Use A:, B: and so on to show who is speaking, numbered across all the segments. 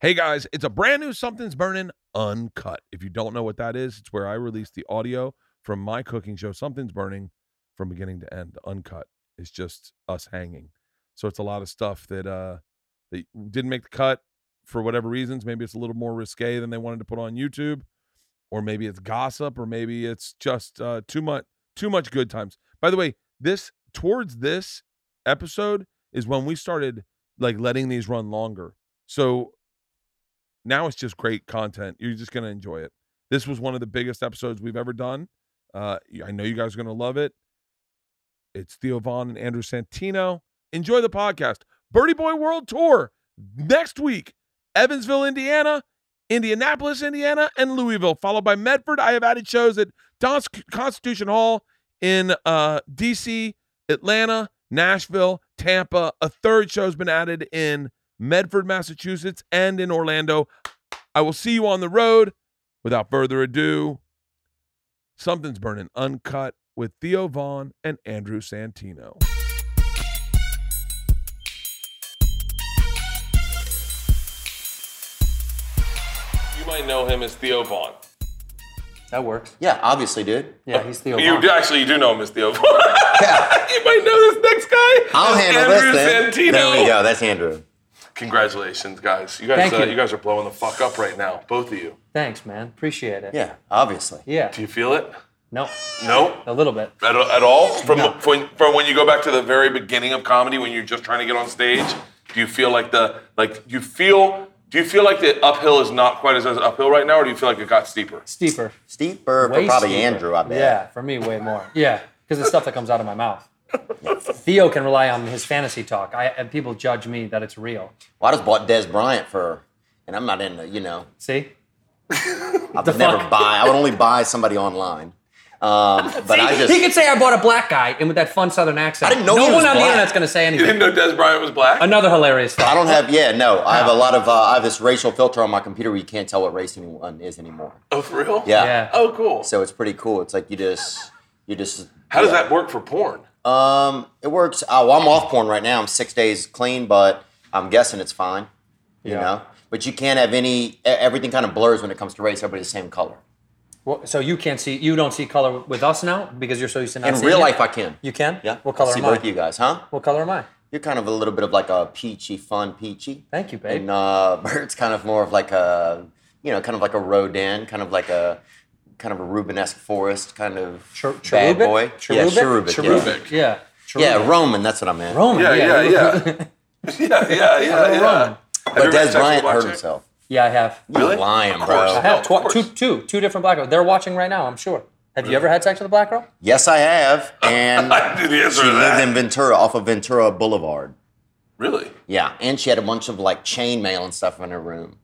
A: Hey guys, it's a brand new Something's Burning Uncut. If you don't know what that is, it's where I release the audio from my cooking show, Something's Burning, from beginning to end. The uncut is just us hanging. So it's a lot of stuff that uh that didn't make the cut for whatever reasons. Maybe it's a little more risque than they wanted to put on YouTube, or maybe it's gossip, or maybe it's just uh too much too much good times. By the way, this towards this episode is when we started like letting these run longer. So now it's just great content. You're just going to enjoy it. This was one of the biggest episodes we've ever done. Uh, I know you guys are going to love it. It's Theo Vaughn and Andrew Santino. Enjoy the podcast. Birdie Boy World Tour next week, Evansville, Indiana, Indianapolis, Indiana, and Louisville, followed by Medford. I have added shows at Don's Constitution Hall in uh, D.C., Atlanta, Nashville, Tampa. A third show's been added in Medford, Massachusetts, and in Orlando. I will see you on the road. Without further ado, something's burning uncut with Theo Vaughn and Andrew Santino. You might know him as Theo Vaughn.
B: That works.
C: Yeah, obviously, dude.
B: Yeah, he's Theo
A: You
B: Vaughn.
A: do- actually you do know him as Theo Vaughn. you might know this next guy.
C: I'll
A: as
C: handle
A: Andrew Santino.
C: this then. There we go. That's Andrew.
A: Congratulations, guys. You guys,
B: Thank
A: uh, you.
B: you.
A: guys are blowing the fuck up right now, both of you.
B: Thanks, man. Appreciate it.
C: Yeah, obviously.
B: Yeah.
A: Do you feel it?
B: No,
A: No.
B: a little bit.
A: At, at all? From, from from when you go back to the very beginning of comedy, when you're just trying to get on stage, do you feel like the like do you feel do you feel like the uphill is not quite as, as uphill right now, or do you feel like it got steeper?
B: Steeper.
C: Steeper for
B: Way
C: probably
B: steeper.
C: Andrew, I bet.
B: Yeah, for me, way more. Yeah, because the stuff that comes out of my mouth. Theo can rely on his fantasy talk. I, and people judge me that it's real.
C: Well, I just bought Des Bryant for, and I'm not into, you know,
B: See?
C: I would never
B: fuck?
C: buy, I would only buy somebody online. Um, but I
B: See?
C: just,
B: he could say I bought a black guy and with that fun southern accent.
C: I didn't know
B: No
C: he
B: one
C: was
B: on the
C: black.
B: internet's going to say
A: You
B: anything.
A: didn't know Des Bryant was black?
B: Another hilarious
C: I
B: thought.
C: don't have, yeah, no, I have a lot of, uh, I have this racial filter on my computer where you can't tell what race anyone is anymore.
A: oh, for real?
C: Yeah.
B: Yeah.
A: Oh, cool.
C: So it's pretty cool. It's like you just, you just.
A: How does
C: yeah.
A: that work for porn?
C: Um, it works. Oh, well, I'm off porn right now. I'm six days clean, but I'm guessing it's fine. You
B: Yeah.
C: know, but you can't have any. e- Everything kind of blurs when it comes to race. Everybody's the same color.
B: Well, so you can't see, you don't see color with us now because you're so used to not
C: In
B: seeing
C: real
B: it?
C: life, I can.
B: You can?
C: Yeah.
B: What color
C: I see
B: am I?
C: both of you guys, huh?
B: What color am I?
C: You're kind of a little bit of like a peachy, fun peachy.
B: Thank you, babe.
C: And uh, Bert's kind of more of like a, you know, kind of like a Rodin, kind of like a, kind of a Rubenesque forest, kind of
B: Cher-
C: bad
B: cherubic?
C: boy.
B: Cherubic?
C: Yeah, cherubic. yeah.
B: Cherubic. Yeah.
C: Yeah, Roman. That's what I meant.
B: Roman.
A: Yeah, yeah,
B: yeah.
A: yeah. yeah, yeah, yeah, yeah.
B: Roman.
A: Have you
C: But
A: ever had
C: Des
A: sex with a
C: Bryant
A: black
C: hurt
A: chick?
C: himself.
B: Yeah, I have.
A: Really?
C: Lying,
A: Of course.
C: bro.
B: I have
A: No, of
B: twi- two,
A: course.
B: two, two different black girls. They're watching right now, I'm sure. Have you ever had sex with a black girl?
C: Yes, I have. And
A: I knew the answer
C: she
A: to that.
C: lived in Ventura off of Ventura Boulevard.
A: Really?
C: Yeah. And she had a bunch of like chainmail and stuff in her room,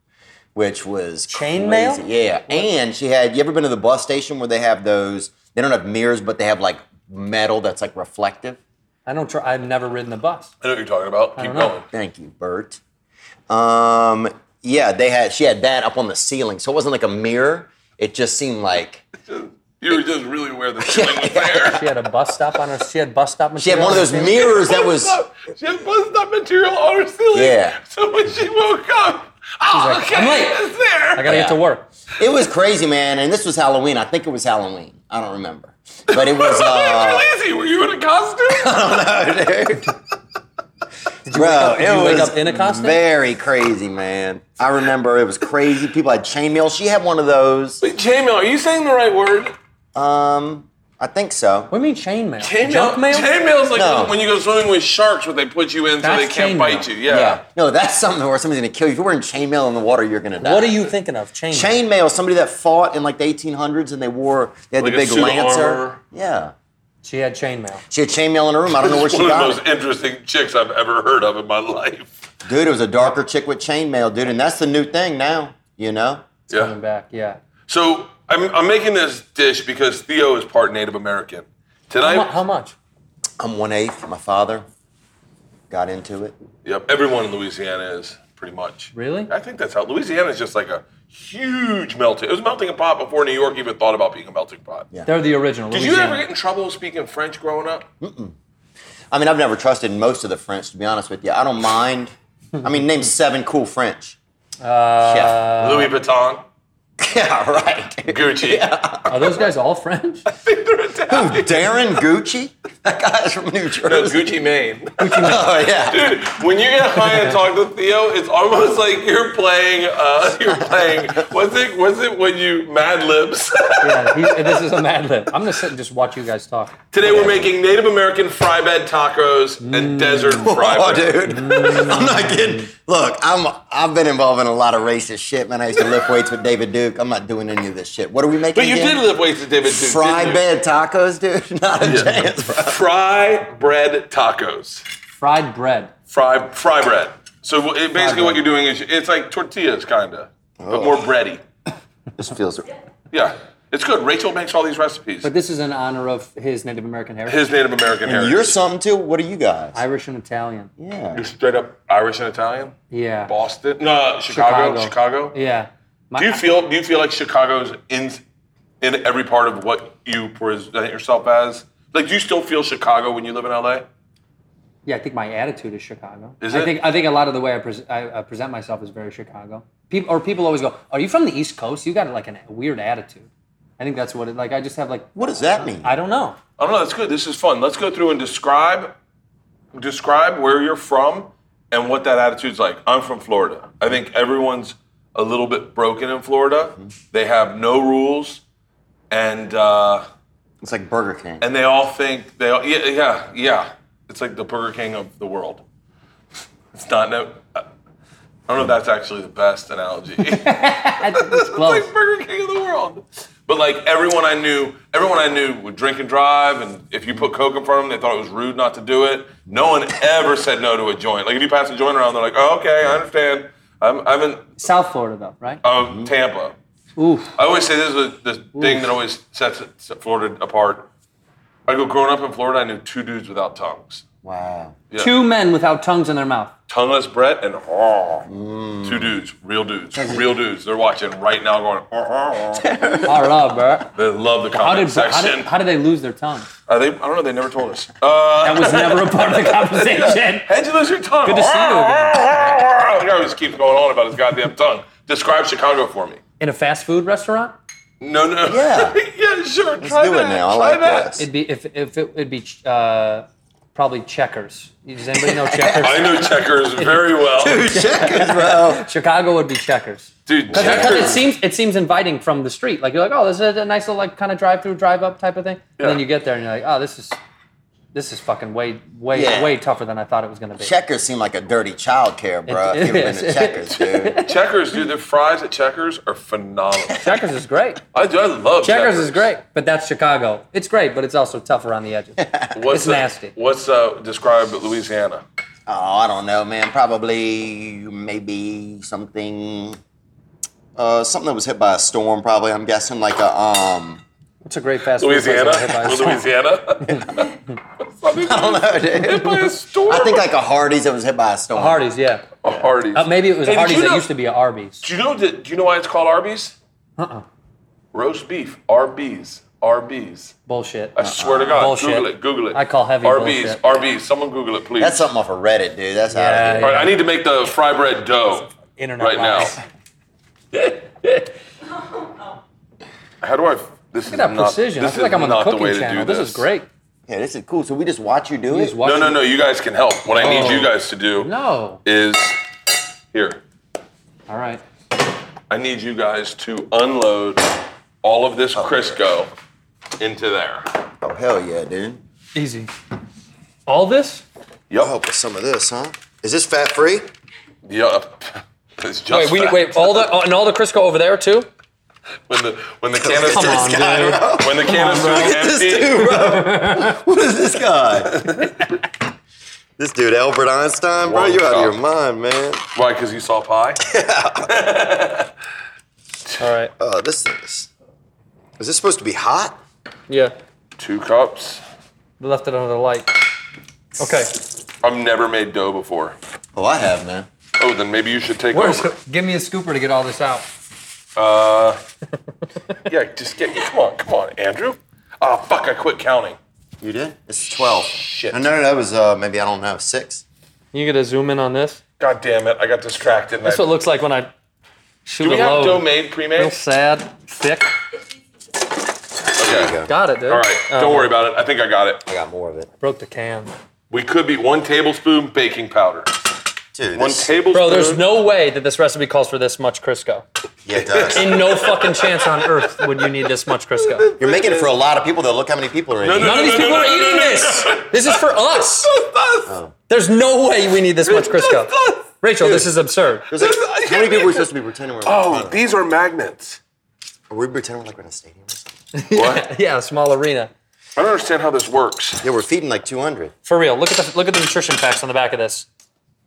C: which was
B: Chain
C: crazy.
B: mail?
C: Yeah. And she had, you ever been to the bus station where they have those, they don't have mirrors, but they have like metal that's like reflective?
B: I don't. Try, I've never ridden the bus.
A: I know what you're talking about. Keep
B: don't know.
A: going.
C: Thank you, Bert. Um, yeah, they had, she had that up on the ceiling. So it wasn't like a mirror. It just seemed like
A: You were just really aware that she was there.
B: She had a bus stop on her. She had bus stop.
C: she had one of those mirrors that was.
A: she had buzzed up material on her ceiling.
C: Yeah.
A: So when she woke up, oh,
B: like, "I'm late."
A: it's there.
B: I gotta get to work.
C: It was crazy, man. And this was Halloween. I think it was Halloween. I don't remember. But it was, uh,
A: lazy. Were you in a costume?
C: Did you bro,
B: did
C: it
B: you
C: was
B: wake up in a costume?
C: very crazy, man. I remember it was crazy. People had chainmail. She had one of those.
A: Chainmail. Are you saying the right word?
C: Um, I think so.
B: What do you mean chain mail? Junk mail?
A: Chainmail is like
C: No.
A: when you go swimming with sharks, what they put you in
B: That's
A: so they can't
B: chainmail.
A: bite you. Yeah.
C: No, that's something where somebody's gonna kill you. If you're wearing chainmail in the water, you're gonna die.
B: What are you thinking of? Chain. mail.
C: Chainmail, somebody that fought in like the 1800s and they wore, they had
A: Like
C: the
A: a
C: big
A: suit of
C: lancer.
A: armor.
C: Yeah.
B: She had chain mail.
C: She had chainmail in her room. I don't know where she
A: One of the
C: got it.
A: most interesting chicks I've ever heard of in my life.
C: Dude, it was a darker chick with chainmail, dude. And that's the new thing now, you know?
A: Yeah.
B: Coming back. Yeah.
A: So I'm, I'm making this dish because Theo is part Native American. Tonight,
B: How, mu- how much?
C: I'm one eighth. My father got into it.
A: Yep, everyone in Louisiana is pretty much.
B: Really?
A: I think that's how Louisiana is just like a huge melting. It was melting a pot before New York even thought about being a melting pot.
C: Yeah.
B: They're the original.
A: Did you
B: Louisiana.
A: ever get in trouble speaking French growing up?
C: I mean, I've never trusted most of the French, to be honest with you. I don't mind. I mean, name seven cool French.
B: Uh,
A: Louis Vuitton,
C: yeah, right.
A: Gucci.
B: Are those guys all French?
C: Darren Gucci? That guy's from New
A: No,
C: Jersey.
A: Gucci Mane.
C: oh, yeah.
A: Dude, when you get high and talk to Theo, it's almost like you're playing. Uh, you're playing. Was it? Was it when you Mad Libs?
B: yeah, he, this is a Mad Lib. I'm gonna sit and just watch you guys talk.
A: Today we're making Native American fry bed tacos and desert fry
C: Oh,
A: bread.
C: dude, I'm not kidding. Look, I'm I've been involved in a lot of racist shit, man. I used to lift weights with David Duke. I'm not doing any of this shit. What are we making?
A: But you
C: again?
A: did live ways with David Duke.
C: fry
A: didn't
C: bed tacos, dude. Not a
A: you?
C: chance, bro.
A: Fry bread tacos.
B: Fried bread.
A: Fry fry bread. So wh- it, basically,
B: bread. Oh.
A: what you're doing is it's like tortillas, kinda, but more bready.
C: This feels.
A: Yeah, it's good. Rachel makes all these recipes.
B: But this is in honor of his Native American heritage.
A: His Native American heritage.
C: You're something too. What are you guys?
B: Irish and Italian.
C: yeah.
A: You're straight up Irish and Italian.
B: Yeah.
A: Boston. No, Chicago. Chicago.
B: Yeah. My,
A: Do you feel do you feel like Chicago's in in every part of what you present yourself as? Like, do you still feel Chicago when you live in LA?
B: yeah, I think my attitude is Chicago.
A: Is
B: I
A: it?
B: think I think a lot of the way I, pres I uh, present myself is very Chicago. People or people always go, "Are you from the East Coast? You got like an- a weird attitude." I think that's what it like. I just have like
C: What does that mean?
B: I don't know.
A: I don't know. That's good. This is fun. Let's go through and describe describe where you're from and what that attitude's like. I'm from Florida. I think everyone's a little bit broken in Florida. They have no rules, and uh,
C: It's like Burger King.
A: and they all think they all, yeah yeah yeah. It's like the Burger King of the world. It's not no. uh, I don't know if that's actually the best analogy.
B: I think it's close.
A: It's like Burger King of the world. But like everyone I knew, everyone I knew would drink and drive, and if you put coke in front of them, they thought it was rude not to do it. No one ever said no to a joint. Like if you pass a joint around, they're like, "Oh, okay, I understand." I'm, I'm in
B: South Florida though, right?
A: oh, Tampa.
B: Oof.
A: I always say this is the thing that always sets Florida apart. I go growing up in Florida, I knew two dudes without tongues,
C: wow.
A: yeah.
B: Two men without tongues in their mouth.
A: tongueless Brett and oh,
B: Mm.
A: two dudes, real dudes, real dudes. They're watching right now, going. "Oh, oh, oh."
B: All right, bro.
A: They love the
B: How
A: comment
B: did, how,
A: section.
B: did, how did they lose their tongue?
A: Uh, they, I don't know. They never told us. Uh,
B: That was never a part of the conversation.
A: how'd you lose your tongue? Oh,
B: Good to see you
A: again. guy just keeps going on about his goddamn tongue. Describe Chicago for me.
B: In a fast food restaurant,
A: No, no.
C: Yeah.
A: yeah, sure. try
C: do it
A: that,
C: now. I
A: try
C: like
A: that.
C: this.
B: it'd be if, if it would be uh, probably checkers. Does anybody know checkers?
A: I know checkers very well. Dude,
C: Checkers, bro.
B: Chicago would be checkers. Because it
A: checkers.
B: seems it seems inviting from the street. Like you're like, oh, this is a nice little like kind of drive through, drive up type of thing. And
A: Yeah.
B: then you get there and you're like, oh, this is this is fucking way way
C: Yeah.
B: way tougher than I thought it was gonna be.
C: Checkers seem like a dirty childcare, bro.
B: It-
C: if you've
B: it
C: been to
B: is.
C: Checkers, dude.
A: checkers, dude. The fries at Checkers are phenomenal.
B: checkers is great.
A: I do. I love
B: Checkers is great, but that's Chicago. It's great, but it's also tough around the edges.
A: What's
B: It's
A: uh,
B: nasty.
A: What's uh, describe Louisiana?
C: Oh, I don't know, man. Probably maybe something. Uh, something that was hit by a storm, probably. I'm guessing like a um.
B: It's a great fast food place
A: Louisiana.
B: over here by us.
A: Louisiana.
C: I don't know, dude.
A: Hit by a storm.
C: I think like a Hardee's that was hit by a storm.
B: Hardee's, yeah.
A: a Hardee's.
B: Uh, maybe it was
A: Hey, did
B: Hardee's
A: you
B: that
A: know-
B: used to be a Arby's.
A: Do you know that? Do you know why it's called Arby's?
B: Uh-uh.
A: Roast beef, Arby's, Arby's.
B: Bullshit.
A: I swear to God,
B: Uh-uh. Bullshit.
A: Google it, Google it.
B: I call heavy
A: Arby's,
B: bullshit.
A: Arby's. Someone Google it, please.
C: That's something off of Reddit, dude. That's
B: Yeah,
C: out of
A: All right, I need to make the fry bread dough
B: Internet
A: right
B: lies.
A: now. How do I? This is
B: Look at that
A: not.
B: precision. I
A: This
B: feel like
A: is
B: I'm on the
A: not the way
B: cooking
A: to
B: channel.
A: do
B: This. is great.
C: Yeah, this is cool. So we just watch you do
B: You
C: it.
B: just watch
A: No, no,
B: it.
A: no. You guys can help. What I need
B: Oh.
A: you guys to do
B: No.
A: is here.
B: All right.
A: I need you guys to unload all of
B: Oh,
A: this Crisco into there.
C: Oh hell yeah, dude.
B: Easy. All this?
C: Oh,
A: Yup.
C: but some of this, huh? Is this fat free?
A: Yup. It's
B: Wait,
A: just
B: we,
A: that.
B: wait, all the oh, and all the Crisco over there too?
A: when the when the can of
C: Come
B: on,
A: soup-
B: dude.
A: when the can of
B: Come on,
A: soup
C: Look at this
A: empty,
C: dude, bro. what is this guy? this dude, Albert Einstein, bro.
A: Whoa,
C: You're out of
A: stop.
C: your mind, man.
A: why? Because you saw pie.
B: All right.
C: Oh, this thing is. Is this supposed to be hot?
B: Yeah.
A: Two cups.
B: We left it under the light. Okay.
A: I've never made dough before.
C: Oh, I have, man.
A: Oh, then maybe you should take
B: Where's
A: over.
B: give me a scooper to get all this out.
A: Uh, yeah, just get. Come on, come on, Andrew. Ah, fuck! I quit counting.
C: You did? It's 12.
A: Shit.
C: No, no, that was uh, maybe, I don't know, six.
B: You get a zoom in on this?
A: God damn it! I got distracted. And
B: That's
A: I,
B: what it looks like when I Shoot
A: Do we
B: a
A: have
B: load.
A: domain pre-made?
B: Real sad, thick.
A: Okay.
B: Got it, dude.
A: All right.
B: Oh,
A: Don't worry about it. I think I got it.
C: I got more of it.
B: Broke the can.
A: We could be one tablespoon baking powder.
C: Dude,
A: One
C: this-
A: tablespoon.
B: Bro, there's no way that this recipe calls for this much Crisco.
C: Yeah, it does.
B: In no fucking chance on earth would you need this much Crisco.
C: You're making it for a lot of people, though. Look how many people are in
A: No,
C: here.
A: no,
B: None of these people are eating this. This is for us. There's no way we need this much Crisco. Rachel, this is absurd.
C: There's like, how many people are supposed to be pretending we're
A: Oh, these are magnets.
C: Are we pretending we're like we're in a stadium or something?
A: What?
B: Yeah, a small arena.
A: I don't understand how this works.
C: Yeah, we're feeding like 200.
B: For real, look at the look at the nutrition facts on the back of this.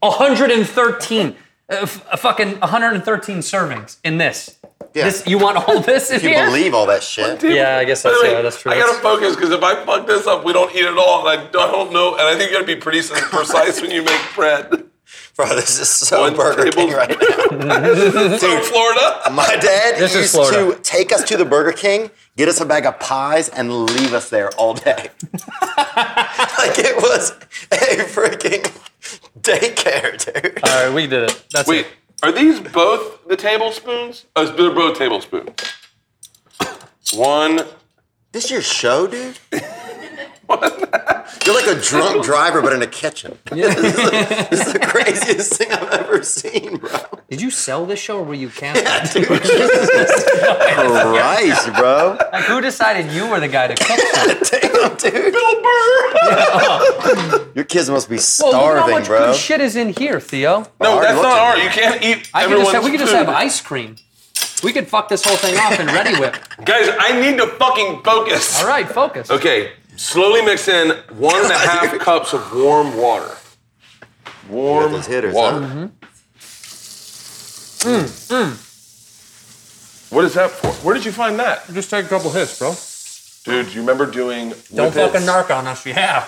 B: 113, uh, f- a fucking 113 servings in this.
C: Yeah.
B: This you want all this in
C: Can you
B: here?
C: believe all that shit?
B: Yeah, I guess
A: By the
B: that's-
A: way,
B: yeah, that's true.
A: I gotta focus because if I fuck this up, we don't eat it all, and I don't, I don't know. And I think you gotta be pretty precise when you make bread.
C: Bro, this is so
A: One
C: Burger King
A: table.
C: right now.
A: From Florida.
C: My dad
B: This is
C: used
B: Florida.
C: to take us to the Burger King, get us a bag of pies, and leave us there all day. like it was a freaking daycare, dude.
B: All right, we did it. That's
A: Wait,
B: it.
A: are these both the tablespoons? Oh, they're both tablespoons. One.
C: This your show, dude? You're like a drunk driver, but in a kitchen. this, is the, this is the craziest thing I've ever seen, bro.
B: Did you sell this show or were you canceled?
C: Christ, bro.
B: Like, who decided you were the guy to cook? for?
C: Damn, dude.
A: Bill Burr.
C: Your kids must be
B: Well, look
C: starving,
B: how much
C: bro.
B: good shit is in here, Theo.
A: No,
C: Hard
A: that's
C: looking.
A: not art. You can't eat
B: I could
A: everyone's
B: just have, we could just
A: food.
B: have ice cream. We could fuck this whole thing off in Ready Whip.
A: Guys, I need to fucking focus.
B: All right, focus.
A: Okay, slowly mix in one and a half cups of warm water. Warm
C: those hitters,
A: water.
B: Mm-hmm.
A: What is that for? Where did you find that?
B: Just take a couple hits, bro.
A: Dude, you remember doing
B: Don't
A: whippets?
B: fucking narc on us. Yeah.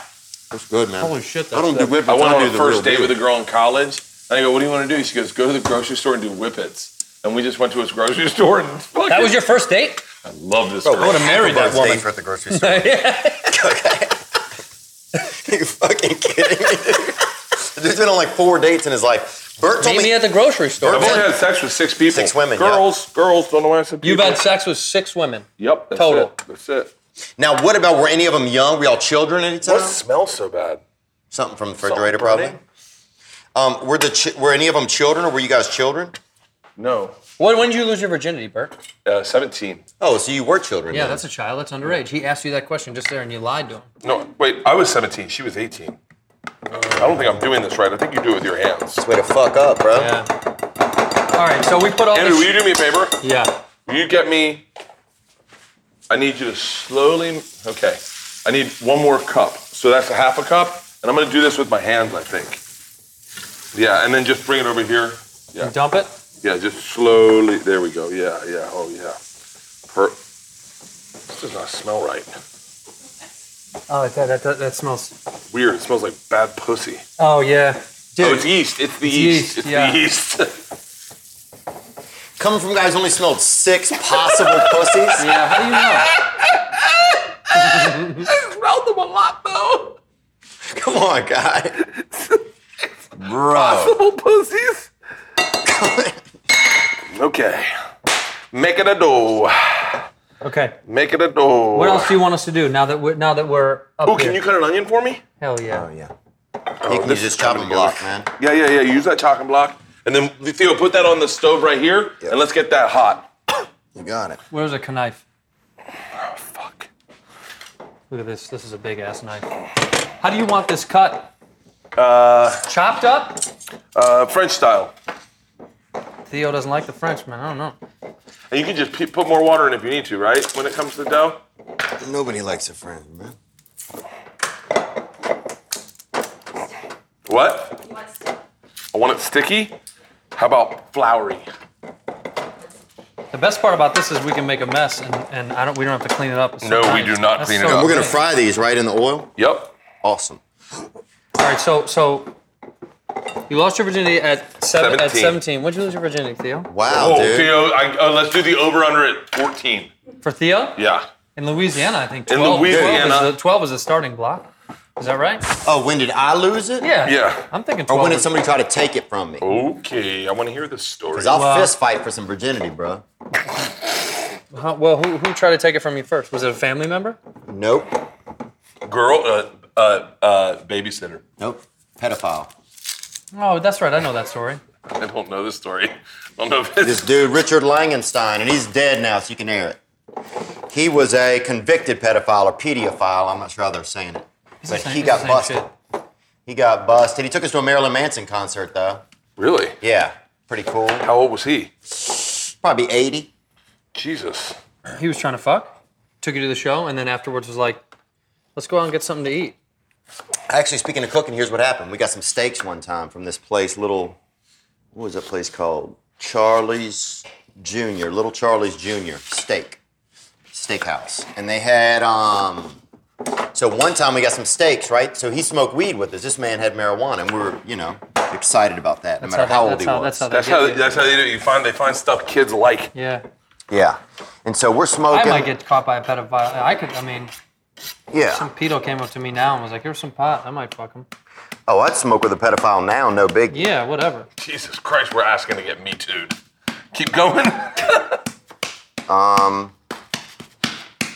C: That's good, man.
B: Holy shit,
C: I don't
B: that's
C: do whippets.
A: I went on
C: don't do
A: a
C: the
A: first
C: real
A: date with a
C: deal.
A: girl in college, and I go, "What do you want to do?" She goes, "Go to the grocery store and do whippets." And we just went to his grocery store and fucking.
B: That was your first date?
A: I love this
C: Bro,
A: girl.
B: would've married that
C: Birthday
B: woman.
C: for at the grocery store. okay. you fucking kidding me? dude? Dude's been on like four dates in his life. Bert told
B: Meet me
C: me.
B: at the grocery store.
A: I've only had sex with six people.
C: Six women, yeah.
A: Girls, girls. Don't know why I said people.
B: You've had sex with six women.
A: Yep. That's
B: Total.
A: It. That's it.
C: Now, what about were any of them young? Were y'all children at any time?
A: What smells so bad?
C: Something from the refrigerator, probably.
A: burning?
C: Um, were the chi- were any of them children, or were you guys children?
A: No.
B: When, when did you lose your virginity, Bert?
A: Uh, 17.
C: Oh, so you were children.
B: Yeah,
C: then.
B: that's a child. That's underage. He asked you that question just there and you lied to him.
A: No, wait, I was 17. She was 18. I don't think I'm doing this right. I think you do it with your hands.
C: way to fuck up, bro.
B: Yeah. All right, so we put all
A: Andrew, will
B: this.
A: you do me a favor?
B: yeah.
A: Will you get me? I need you to slowly. Okay. I need one more cup. So that's a half a cup. And I'm going to do this with my hands, I think. Yeah, and then just bring it over here. Yeah.
B: Dump it.
A: Yeah, just slowly. There we go. Yeah, yeah. Oh, yeah. Per- this does not smell right.
B: Oh, that, that, that, that smells.
A: Weird. It smells like bad pussy.
B: Oh, yeah.
A: Oh,
B: Dude,
A: it's yeast. It's the
B: yeast,
A: yeast. It's
B: yeah.
A: the yeast.
C: Coming from guys who only smelled six possible pussies.
B: yeah, how do you know?
A: Smelled them a lot though.
C: Come on, guy. Bro.
B: Oh,
A: Little pussies.
C: Oh,
A: Okay. Make it a dough.
B: Okay.
A: Make it a dough.
B: What else do you want us to do now that we're now that we're up
A: Oh,
B: here?
A: can you Oh, cut an onion for me?
B: Hell yeah.
C: yeah. you
A: this
C: can use
A: is
C: this chopping
A: coming together.
C: block, man.
A: Yeah, yeah, yeah. Use that chopping block. And then Theo, put that on the stove right here,
C: Yeah.
A: and let's get that hot.
C: You got it.
B: Where's a knife?
A: Oh, Fuck.
B: Look at this. This is a big ass knife. How do you want this cut? Uh, chopped up.
A: Uh, French style.
B: Theo doesn't like the Frenchman. I don't know.
A: And you can just pe- put more water in if you need to, right? When it comes to the dough.
C: Nobody likes a friend, man.
A: What? I want it sticky. How about floury?
B: The best part about this is we can make a mess and, and I don't we don't have to clean it up.
A: No, we do not
B: That's
A: clean it
B: so
A: up.
C: We're gonna
B: great.
C: fry these right in the oil.
A: Yep.
C: Awesome.
B: All right, so so you lost your virginity at seven, at
A: Seventeen.
B: 17. When did you lose your virginity, Theo?
C: Wow,
A: Oh,
C: dude.
A: Theo, I, uh, let's do the over under at 14.
B: For Theo?
A: Yeah.
B: In Louisiana, I think.
A: In
B: 12, 12 is
A: Louisiana.
B: the- 12 is the starting block. Is that right?
C: Oh, when did I lose it?
B: Yeah.
A: Yeah.
B: I'm thinking 12.
C: Or when did somebody try to take it from me?
A: Okay, I want to hear this story.
C: Because I'll
B: Wow.
C: fist fight for some virginity, bro.
B: Huh, well, who, who tried to take it from you first? Was it a family member?
C: Nope.
A: Girl, uh, uh, uh, babysitter.
C: Nope. Pedophile.
B: Oh, that's right. I know that story.
A: I don't know this story. I don't know if it's
C: This dude, Richard Langenstein, and he's dead now, so you can hear it. He was a convicted pedophile or pedophile. I'm not sure how they're saying it. But
B: the same- it's
C: he
B: the
C: got
B: same
C: busted.
B: shit.
C: He got busted. He took us to a Marilyn Manson concert, though.
A: really.
C: Yeah, pretty cool.
A: How old was he?
C: Probably 80.
A: Jesus.
B: He was trying to fuck, took you to the show, and then afterwards was like, let's go out and get something to eat.
C: Actually, speaking of cooking, here's what happened. We got some steaks one time from this place, little, what was that place called? Charlie's Jr., Little Charlie's Jr. Steak, steakhouse. And they had, um, so one time we got some steaks, right? So he smoked weed with us. This man had marijuana, and we were, you know, excited about that, no matter
B: how-
C: how, old
B: that's
C: he
B: how-
C: was.
B: that's how
A: That's
B: Yeah,
A: how
B: yeah.
A: that's how they do. it. You find they find stuff kids like.
B: Yeah.
C: yeah. And so we're
B: I
C: smoking.
B: might get caught by a pedophile. I could, I mean,
C: yeah.
B: some pedo came up to me now and was like, here's some pot. I might fuck him.
C: Oh, I'd smoke with a pedophile now, no big.
B: Yeah, whatever.
A: Jesus Christ, we're asking to get me too. Keep going.
C: Um, I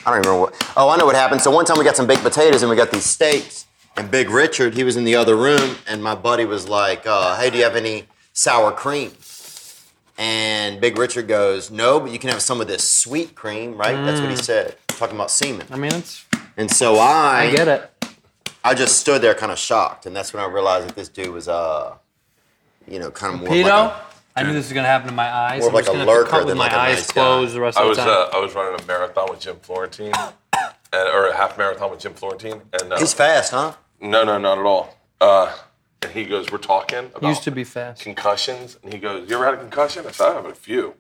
C: don't even remember what. Oh, I know what happened. So one time we got some baked potatoes and we got these steaks. And Big Richard, he was in the other room, and my buddy was like, uh, "Hey, do you have any sour cream?" And Big Richard goes, "No, but you can have some of this sweet cream, right?" That's
B: Mm.
C: what he said, talking about semen.
B: I mean, it's,
C: And so I,
B: I get it.
C: I just stood there, kind of shocked, and that's when I realized that this dude was, uh, you know, kind of more
B: Pedo?
C: like a,
B: I knew this was going to happen to my eyes.
C: More
B: I'm
C: like
B: just
C: a
B: gonna have to
C: lurker
B: cut with
C: than
B: my
C: like a
B: eyes
C: nice guy.
B: closed the rest
A: I
B: of
A: was
B: the
A: uh,
B: time.
A: I was running a marathon with Jim Florentine, and, or a half marathon with Jim Florentine, and uh,
C: he's fast, huh?
A: no, no, not at all. Uh, and he goes, "We're talking about
C: uh,
B: Used to be fast.
A: concussions," and he goes, "You ever had a concussion?" I said, "I have had a few."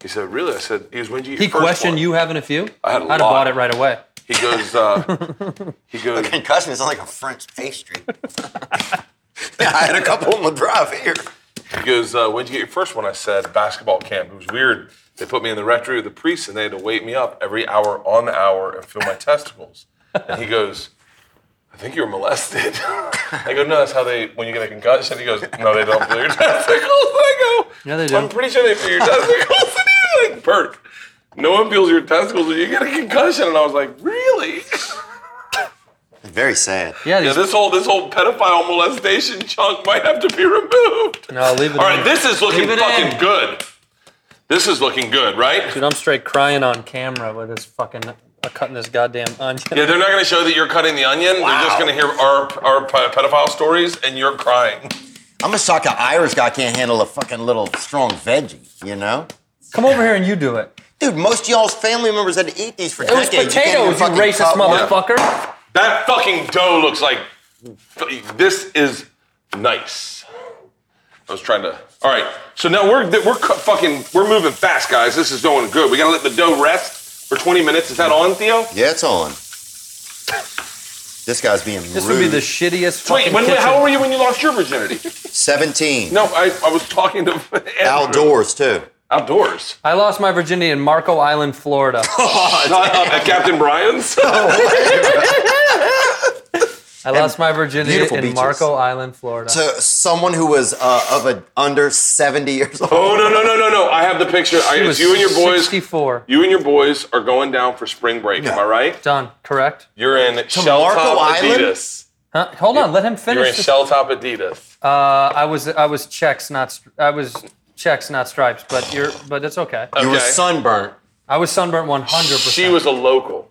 A: He said, "Really?" I said, "He was when did you?" get
B: He
A: your first
B: questioned
A: one?"
B: you having a few?
A: I had a
B: I'd have
A: lot.
B: bought it right away.
A: He goes, uh, "He goes."
C: Concussion is like a French pastry. yeah, I had a couple on the drive here.
A: He goes, uh, "When'd you get your first one?" I said, "Basketball camp." It was weird. They put me in the rectory of the priest, and they had to wake me up every hour on the hour and feel my testicles. And he goes, "I think you were molested." I go, "No, that's how they when you get a concussion." He goes, "No, they don't feel your testicles." And I go,
B: Yeah, they do.
A: I'm pretty sure they feel your testicles." And he's like, "Bert, no one feels your testicles when you get a concussion." And I was like, "Really?"
C: Very sad.
B: Yeah,
A: Yeah,
B: these,
A: this whole this whole pedophile molestation chunk might have to be removed.
B: no, leave it
A: All right,
B: in.
A: this is looking
B: Leave it
A: fucking
B: in.
A: good. This is looking good, right?
B: Dude, I'm straight crying on camera with this fucking uh, cutting this goddamn onion.
A: Yeah, they're not going to show that you're cutting the onion. They're just
C: Wow.
A: going to hear our our pe- pedophile stories, and you're crying.
C: I'm just shocked an Irish guy can't handle a fucking little strong veggie, you know?
B: Come over here and you do it.
C: Dude, most of y'all's family members had to eat these for
B: It was
C: decades. can't even
B: potatoes, you
C: fucking
B: racist
C: cut one.
B: motherfucker.
A: That fucking dough looks like. This is nice. I was trying to. All right, so now we're we're cu- fucking we're moving fast, guys. This is going good. We got to let the dough rest for 20 minutes. Is that on, Theo?
C: Yeah, it's on. This guy's being
B: This
C: rude.
B: would be the shittiest
A: Wait,
B: fucking
A: when,
B: kitchen.
A: how old were you when you lost your virginity?
C: 17.
A: No, I, I was talking to Andrew.
C: Outdoors, too.
A: Outdoors.
B: I lost my virginity in Marco Island, Florida.
A: Oh, Not up at Captain Brian's.
B: I lost my virginity
C: beautiful
B: in
C: beaches.
B: Marco Island, Florida.
C: To someone who was uh, of a under 70 years old.
A: Oh no no no no no! I have the picture. I,
B: It
A: it's
B: was
A: you and your boys.
B: 64.
A: You and your boys are going down for spring break. Am I right?
B: Done. Correct.
A: You're in shell
C: Marco
A: top
C: Island?
A: Adidas.
B: Huh? Hold on. Let him
A: You're in
B: finish. this.
A: shell top Adidas.
B: Uh, I was I was checks, not str- I was checks, not stripes. But you're but it's okay.
C: You were
A: okay.
C: sunburnt.
B: I was sunburnt 100. percent
A: She was a local.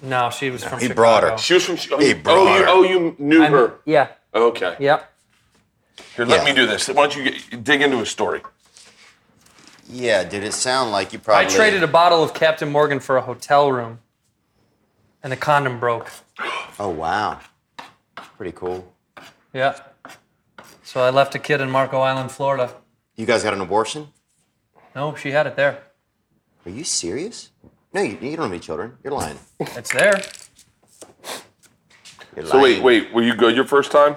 B: no. She was from.
C: he
B: Chicago.
C: brought her.
A: She was from. Oh,
C: Hey,
A: you,
C: bro.
A: oh, you, oh, you knew
B: I'm-
A: her.
B: Yeah.
A: Okay.
B: Yep.
A: Here, let
C: Yeah.
A: me do this. Why don't you get, dig into a story?
C: Yeah, dude, it sound like you
B: I
C: probably.
B: traded a bottle of Captain Morgan for a hotel room, and the condom broke.
C: Oh, wow. Pretty cool.
B: Yeah. So I left a kid in Marco Island, Florida.
C: You guys got an abortion?
B: No, she had it there.
C: Are you serious? No, you, you don't have any children. You're lying.
B: It's there.
C: You're
A: So wait,
C: lying.
A: wait. Were you good your first time?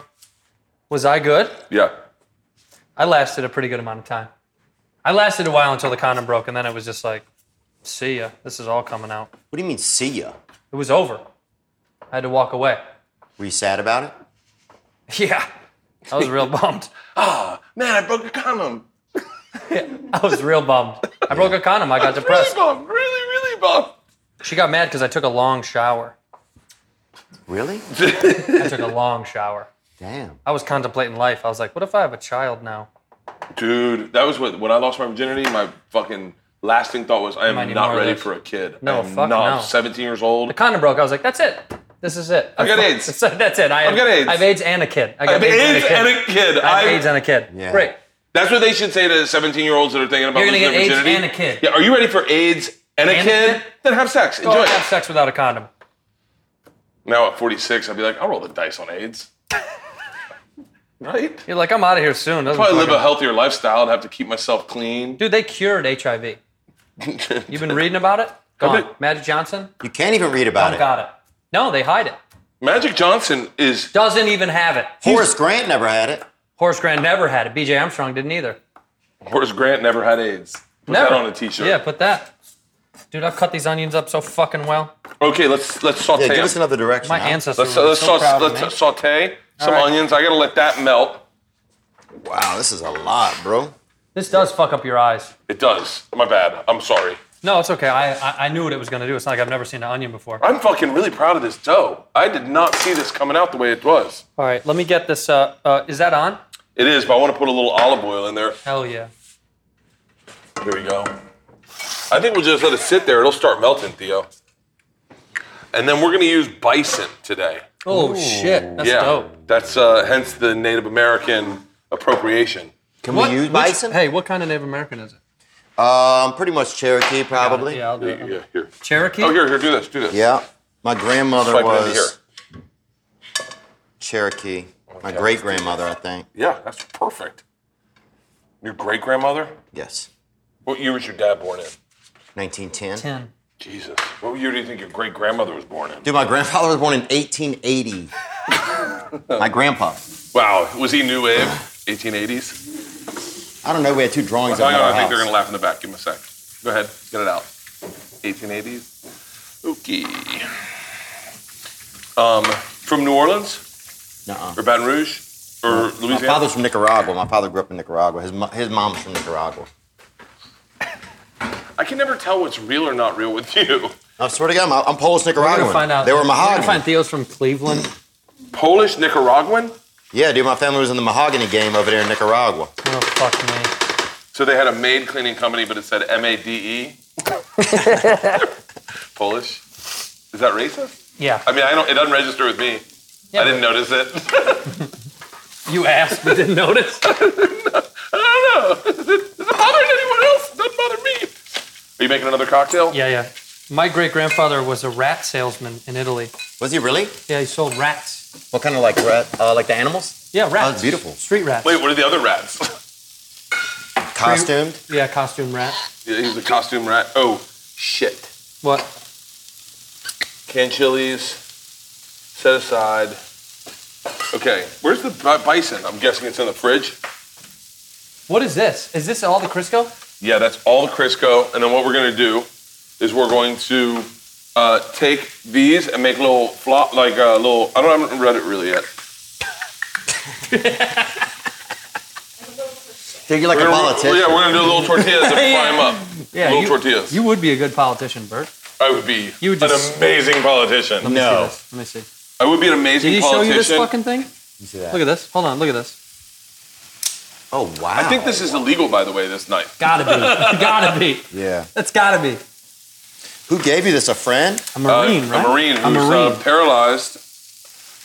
B: Was I good?
A: Yeah.
B: I lasted a pretty good amount of time. I lasted a while until the condom broke, and then it was just like, see ya. This is all coming out.
C: What do you mean, see ya?
B: It was over. I had to walk away.
C: Were you sad about it?
B: Yeah. I was real bummed.
A: Man, I broke a condom.
B: I was real bummed. I broke a condom. I got
A: Really
B: depressed.
A: bummed. Really, really bummed.
B: She got mad because I took a long shower.
C: Really?
B: I took a long shower.
C: Damn.
B: I was contemplating life. I was like, what if I have a child now?
A: Dude, that was what when I lost my virginity, my fucking lasting thought was I
B: Might
A: am
B: need
A: not
B: more of
A: ready
B: this.
A: for a kid.
B: No,
A: I am
B: fuck
A: not
B: no.
A: 17 years old.
B: The condom broke. I was like, that's it. This is it. I
A: got AIDS.
B: that's it. I have,
A: got AIDS.
B: I have AIDS and a kid. I
A: I
B: got
A: have AIDS and a kid.
B: I have
A: I-
B: AIDS and a kid.
C: Yeah.
B: Great.
A: That's what they should say to 17 year olds that are thinking about
B: You're gonna
A: losing
B: get
A: their
B: AIDS
A: virginity.
B: and a kid.
A: Yeah, are you ready for AIDS and a
B: And a
A: kid?
B: kid?
A: Then have sex.
B: Go
A: Enjoy
B: have
A: it.
B: sex without a condom.
A: Now at 46, I'd be like, I'll roll the dice on AIDS. right?
B: You're like, I'm out of here soon. Doesn't
A: Probably live
B: fucking-
A: a healthier lifestyle and have to keep myself clean.
B: Dude, they cured HIV. You've been reading about it?
A: Have
B: Gone.
A: they?
B: Magic Johnson?
C: You can't even read about it.
B: Got it. No, they hide it.
A: Magic Johnson is
B: Doesn't even have it.
C: Horace Grant never had it.
B: Horace Grant never had it. BJ Armstrong didn't either.
A: Horace Grant never had AIDS. Put
B: Never.
A: that on a t-shirt.
B: Yeah, put that. Dude, I've cut these onions up so fucking well.
A: Okay, let's let's saute
C: Yeah, give
A: them.
C: us another direction.
B: My
C: huh?
B: ancestors
A: Let's,
B: were
A: let's,
B: so
A: saute,
B: proud of
A: let's
B: me.
A: saute some
B: right.
A: onions. I gotta let that melt.
C: Wow, this is a lot, bro.
B: This does fuck up your eyes.
A: It does. My bad. I'm sorry.
B: No, it's okay. I, I, I knew what it was going to do. It's not like I've never seen an onion before.
A: I'm fucking really proud of this dough. I did not see this coming out the way it was.
B: All right, let me get this. Uh, uh, is that on?
A: It is, but I want to put a little olive oil in there.
B: Hell yeah.
A: Here we go. I think we'll just let it sit there. It'll start melting, Theo. And then we're gonna use bison today.
B: Oh, shit. That's
A: yeah,
B: dope.
A: that's uh, hence the Native American appropriation.
C: Can
B: What-
C: we use
B: which-
C: bison?
B: Hey, what kind of Native American is it?
C: Um, pretty much Cherokee, probably.
B: Yeah, I'll do it.
A: Yeah, here.
B: Cherokee?
A: Oh, here, here, do this, do this.
C: Yeah. My grandmother
A: Swipe it into
C: was Cherokee. My great grandmother, I think.
A: Yeah, that's perfect. Your great grandmother?
C: Yes.
A: What year was your dad born in?
C: 1910.
B: 10.
A: Jesus. What year do you think your great grandmother was born in?
C: Dude, my grandfather was born in 1880. my grandpa.
A: Wow, was he new wave? 1880s?
C: I don't know. We had two drawings of
A: Hang
C: him at
A: on,
C: our
A: Oh, I think they're
C: house.
A: gonna laugh in the back. Give me a sec. Go ahead, get it out. 1880s. Okay. Um, from New Orleans
C: Nuh-uh.
A: or Baton Rouge or
C: My
A: Louisiana?
C: father's from Nicaragua. My father grew up in Nicaragua. His, mo- his mom's from Nicaragua.
A: I can never tell what's real or not real with you.
C: I swear to God, my, I'm Polish
B: We're
C: Nicaraguan.
B: going to find out.
C: They were
B: We're going
C: mahogany.
B: to find Theo's from Cleveland.
A: Polish Nicaraguan?
C: yeah, dude, my family was in the mahogany game over there in Nicaragua.
B: Oh, fuck me.
A: So they had a maid cleaning company, but it said M A D E. Polish. Is that racist?
B: Yeah.
A: I mean, I don't. It doesn't register with me.
B: Yeah,
A: I didn't notice it.
B: You asked but didn't notice.
A: I don't know. Does it, does it bother anyone else? It doesn't bother me. Are you making another cocktail?
B: Yeah, yeah. My great grandfather was a rat salesman in Italy.
C: Was he really?
B: Yeah, he sold rats.
C: What kind of like rat? Uh, like the animals?
B: Yeah, rats.
C: Oh, that's beautiful.
B: Street rats.
A: Wait, what are the other rats?
C: Costumed?
B: Yeah, costume rat.
A: yeah, he's a costume rat. Oh shit.
B: What?
A: Canned chilies. Set aside. Okay, where's the bi- bison? I'm guessing it's in the fridge.
B: What is this? Is this all the Crisco?
A: Yeah, that's all the Crisco. And then what we're gonna do is we're going to uh, take these and make little flop, like a little. I don't I haven't read it really yet.
C: Dude, you're like
A: We're
C: a
A: gonna-
C: politician.
A: yeah, we're gonna do little tortillas and fry them up.
B: Yeah,
A: little
B: you,
A: tortillas.
B: You would be a good politician, Bert.
A: I would be
B: You would just-
A: an amazing politician.
B: Let me see
C: No.
B: this. Let me see.
A: I would be an
B: Did
A: amazing
B: he show you
A: politician.
B: this fucking thing?
C: You see that?
B: Look at this. Hold on. Look at this.
C: Oh, wow.
A: I think this is illegal, by the way, this night.
B: Gotta be. gotta be.
C: Yeah.
B: That's gotta be.
C: Who gave you this? A friend?
B: A
A: Uh,
B: marine, right?
A: A marine who's Uh, paralyzed.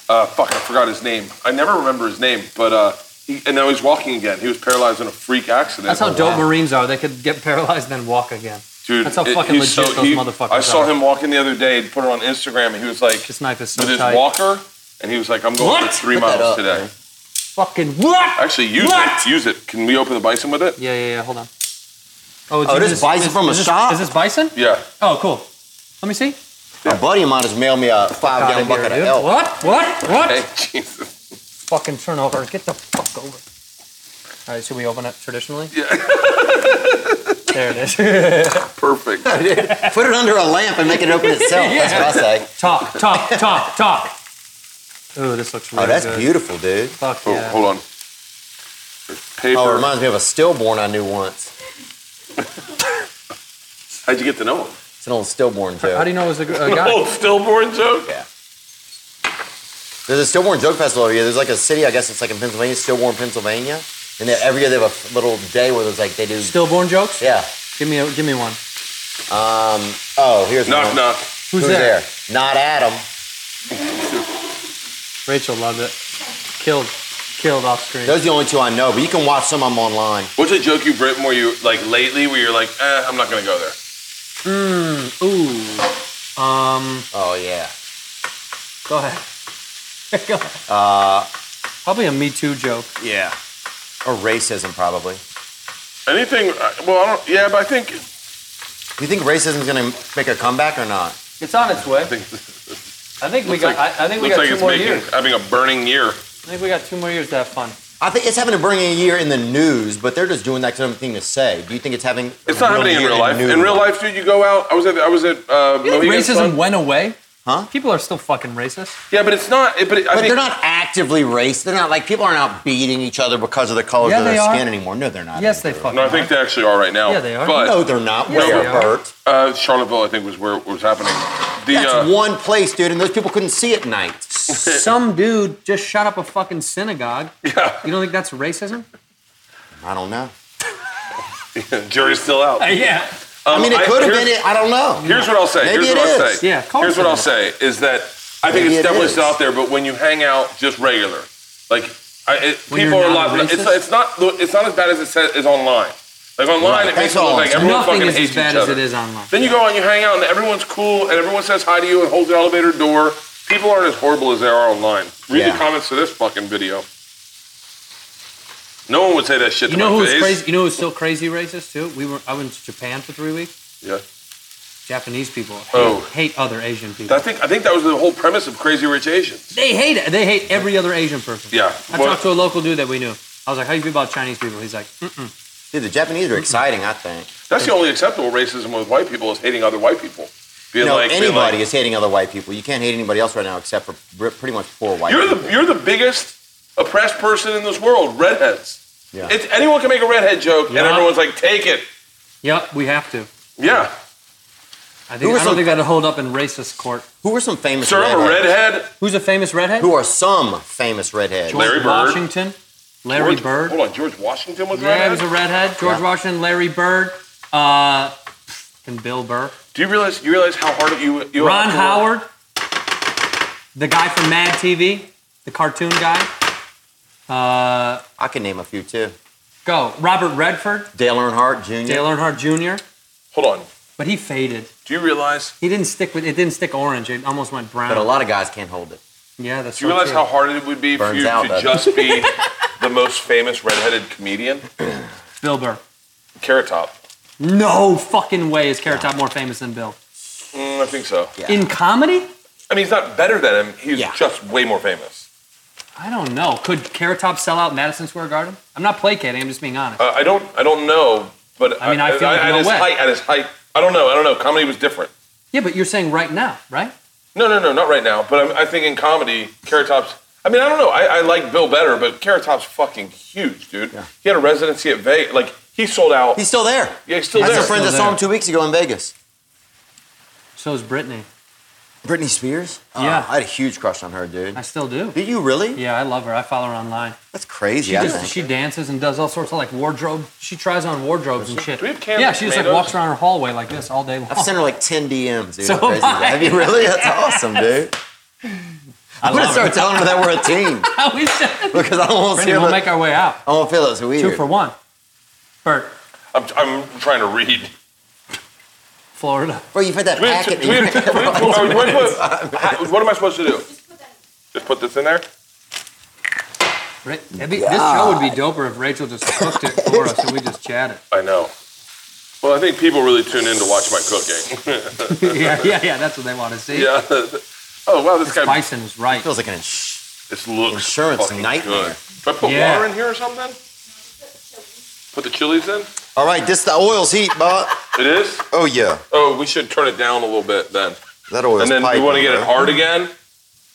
A: Uh, fuck, I forgot his name. I never remember his name, but uh, he, and now he's walking again. He was paralyzed in a freak accident.
B: That's how dope
C: wow.
B: marines are. They could get paralyzed and then walk again.
A: Dude,
B: That's how
A: it-
B: fucking
A: he's
B: legit
A: so-
B: those
A: he-
B: motherfuckers
A: I saw
B: are.
A: him walking the other day. He put it on Instagram, and he was like,
B: This knife is so
A: with his
B: tight.
A: walker, and he was like, "I'm going
B: What?
A: for three
C: Put that
A: miles
C: up,
A: today."
C: man.
B: Fucking what?
A: Actually, use
B: What?
A: it. Use it. Can we open the bison with it?
B: Yeah, yeah, yeah. Hold on. Oh, it's
C: Oh, this is bison from a
B: is this,
C: shop?
B: Is this bison?
A: Yeah.
B: Oh, cool. Let me see.
C: A buddy of mine has mailed me a five
B: Outta
C: gallon
B: here,
C: bucket of
B: dude.
C: elk.
B: What? What? What?
A: Hey, Jesus.
B: Fucking turn over. Get the fuck over. All right, should we open it traditionally? Yeah. there it is.
A: Perfect.
C: Put it under a lamp and make it open itself. That's what I say.
B: talk, talk, talk, talk. Oh, this looks really
C: Oh, that's
B: good.
C: beautiful, dude.
B: Fuck
A: Oh,
B: yeah.
A: hold on. There's paper.
C: Oh, it reminds me of a stillborn I knew once.
A: How'd you get to know him?
C: It's an old stillborn joke.
B: How do you know it was a, g- a guy?
A: Oh, stillborn joke?
C: Yeah. There's a Stillborn Joke Festival every year. There's like a city, I guess it's like in Pennsylvania, Stillborn, Pennsylvania. And they, every year they have a f- little day where there's like they do.
B: Stillborn jokes?
C: yeah.
B: Give me a, give me one.
C: Um. Oh, here's
A: Knock,
C: one.
A: knock.
B: Who's,
C: Who's
B: that?
C: there? Not Adam.
B: Rachel loved it. Killed, killed off screen.
C: Those are the only two I know, but you can watch some of them online.
A: What's a joke you've written where you, like, lately, where you're like, eh, I'm not going to go there?
B: Ooh. Um.
C: Oh yeah.
B: Go ahead. go ahead.
C: Uh.
B: Probably a Me Too joke.
C: Yeah. Or racism probably.
A: Anything, uh, well, I don't, yeah, but I think,
C: Do you think racism's gonna make a comeback or not?
B: It's on its way. I
A: think-
B: think we got. I, I think we
A: looks
B: got
A: like
B: two
A: it's
B: more
A: making,
B: years.
A: having a burning year.
B: I think we got two more years to have fun.
C: I think it's having to bring in a year in the news, but they're just doing that kind of thing to say. Do you think it's having?
A: It's not happening in real life. In real life, dude, you go out. I was at, I was at, uh, Mohegan
B: racism
A: Sun.
B: went away.
C: Huh?
B: People are still fucking racist.
A: Yeah, but it's not, it, but it, I
C: But
A: think,
C: they're not actively racist. They're not like people aren't out beating each other because of the colors
B: Yeah,
C: of their
B: they are.
C: skin anymore. No, they're not.
B: Yes, they fucking.
A: no, I think they actually are right now.
B: Yeah, they are.
A: But,
C: No, they're not.
B: Yeah,
C: Where,
B: they are.
C: Bert?
A: uh, Charlottesville, I think, was where it was happening. The,
C: That's
A: uh,
C: one place, dude, and those people couldn't see at night.
B: are. Some dude just shut up a fucking synagogue.
A: Yeah.
B: You don't think that's racism?
C: I don't know.
A: Jury's still out.
B: yeah.
C: I mean, it
A: Um,
C: could have
A: here's-
C: been. It, I don't know.
A: Here's what I'll say.
C: Maybe
A: here's
C: it
A: what I'll
C: is.
A: say.
B: Yeah, of course
A: Here's what
B: it
A: I'll
B: is.
A: say is that I think
C: Maybe
A: it's
C: it
A: definitely
C: is.
A: still out there, but when you hang out just regular, like I, it,
B: When you're
A: people are a
B: not
A: lot. It's,
B: racist?
A: it's not. It's not as bad as it says is online. Like online,
C: Right,
A: it makes
C: that's
A: it look
C: all.
A: like everyone
B: Nothing
A: fucking
B: is
A: hates
B: as bad
A: each
B: as
A: other.
B: it is online.
A: Then you go out and you hang out, and everyone's cool, and everyone says hi to you and holds the elevator door. People aren't as horrible as they are online. Read
C: Yeah.
A: the comments to this fucking video. No one would say that shit
B: You
A: to
B: know
A: my
B: who's
A: face.
B: crazy? You know who's so crazy racist too? We were. I went to Japan for three weeks.
A: Yeah.
B: Japanese people hate,
A: Oh.
B: hate other Asian people.
A: I think I think that was the whole premise of Crazy Rich Asians.
B: They hate it. They hate every other Asian person.
A: Yeah.
B: I
A: Well-
B: talked to a local dude that we knew. I was like, "How do you feel about Chinese people?" He's like, "Mm."
C: Dude, the Japanese are exciting. I think.
A: That's the only acceptable racism with white people is hating other white people. Being
C: no,
A: like, being like,
C: anybody is hating other white people. You can't hate anybody else right now except for br- pretty much poor white.
A: you're
C: people.
A: the you're the biggest oppressed person in this world. Redheads.
C: Yeah.
A: It's anyone can make a redhead joke, and
B: Yeah.
A: everyone's like, take it.
B: "Yep, we have to."
A: Yeah.
B: I
C: Who
B: think
C: are
B: I don't
C: some-
B: think that'll hold up in racist court.
C: Who are some famous?
A: Sir, I'm a
C: redheads?
A: redhead.
B: Who's a famous redhead?
C: Who are some famous redheads?
B: George
A: Larry Bird.
B: Washington, Larry
A: George-
B: Bird.
A: Hold on, George Washington was
B: yeah, he
A: redhead.
B: was a redhead. George
C: Yeah.
B: Washington, Larry Bird, uh, and Bill Burr.
A: Do you realize you realize how hard you you
B: Ron
A: have to work?
B: Howard, the guy from Mad TV, the cartoon guy. Uh,
C: I can name a few too.
B: go Robert Redford,
C: Dale Earnhardt Jr.
B: Dale Earnhardt Jr.
A: Hold on.
B: But he faded.
A: Do you realize?
B: He didn't stick with it. Didn't stick orange. It almost went brown.
C: But a lot of guys can't hold it.
B: Yeah, that's.
A: Do you
B: so
A: realize
B: true.
A: how hard it would be for
C: Burns
A: you
C: out,
A: to just
C: doesn't
A: be the most famous redheaded comedian?
B: Bill Burr?
A: Carrot Top.
B: No fucking way is Carrot Top more famous than Bill
A: Mm, I think so.
C: Yeah.
B: in comedy.
A: I mean, he's not better than him. He's
C: Yeah.
A: just way more famous.
B: I don't know. Could Carrot Top sell out Madison Square Garden? I'm not placating. I'm just being honest.
A: Uh, I don't. I don't know. But
B: I mean, I feel like
A: at
B: no
A: his
B: way.
A: height. At his height. I don't know. I don't know. Comedy was different.
B: yeah, but you're saying right now, right?
A: No, no, no, not right now. But I'm, I think in comedy, Carrot Top's. I mean, I don't know. I, I like Bill better, but Carrot Top's fucking huge, dude. He had a residency at Vegas. Like he sold out.
C: He's still there.
A: yeah, he's still
C: I
A: there.
C: had some friends that
B: Still
C: saw
B: there.
C: him two weeks ago in Vegas.
B: So is Britney.
C: Britney Spears? Oh,
B: Yeah.
C: I had a huge crush on her, dude.
B: I still do.
C: Did you really?
B: Yeah, I love her. I follow her online.
C: That's crazy.
B: She
C: I
B: just
C: think.
B: she dances and does all sorts of like wardrobe. She tries on wardrobes and shit.
A: Do we have cans
B: yeah,
A: of
B: she just like
A: tomatoes?
B: walks around her hallway like this all day long.
C: I've sent her like 10 DMs, dude.
B: So
C: That's
B: am
C: crazy.
B: I.
C: Have you really? That's awesome, dude.
B: I
C: I'm gonna
B: love
C: start telling her that we're a team
B: her. we should.
C: because I don't want to
B: Brittany,
C: feel
B: we'll
C: it.
B: make our way out.
C: I don't feel it's weird.
B: Two for one. Bert,
A: I'm, I'm trying to read.
B: Florida.
C: Bro, you've had that
A: Do we have to-
C: packet.
A: do we have to- do we have to-
C: that
A: oh, do I put- ha- What am I supposed to do? Just put this in there.
B: Ra- it'd be- This show would be doper if Rachel just cooked it for us and we just chatted.
A: I know. Well, I think people really tune in to watch my cooking.
B: yeah, yeah, yeah. That's what they want to see.
A: yeah. Oh wow, this guy.
B: Bison was right.
C: feels like an ins-
A: This looks
C: Insurance
A: fucking
C: nightmare.
A: Good. Do I put
B: Yeah.
A: water in here or something? Put the chilies in.
C: All right, this the oil's heat, Bob.
A: It is.
C: Oh, yeah.
A: Oh, we should turn it down a little bit then.
C: That oil's
A: and then we
C: piping,
A: want to get it
C: bro.
A: hard again,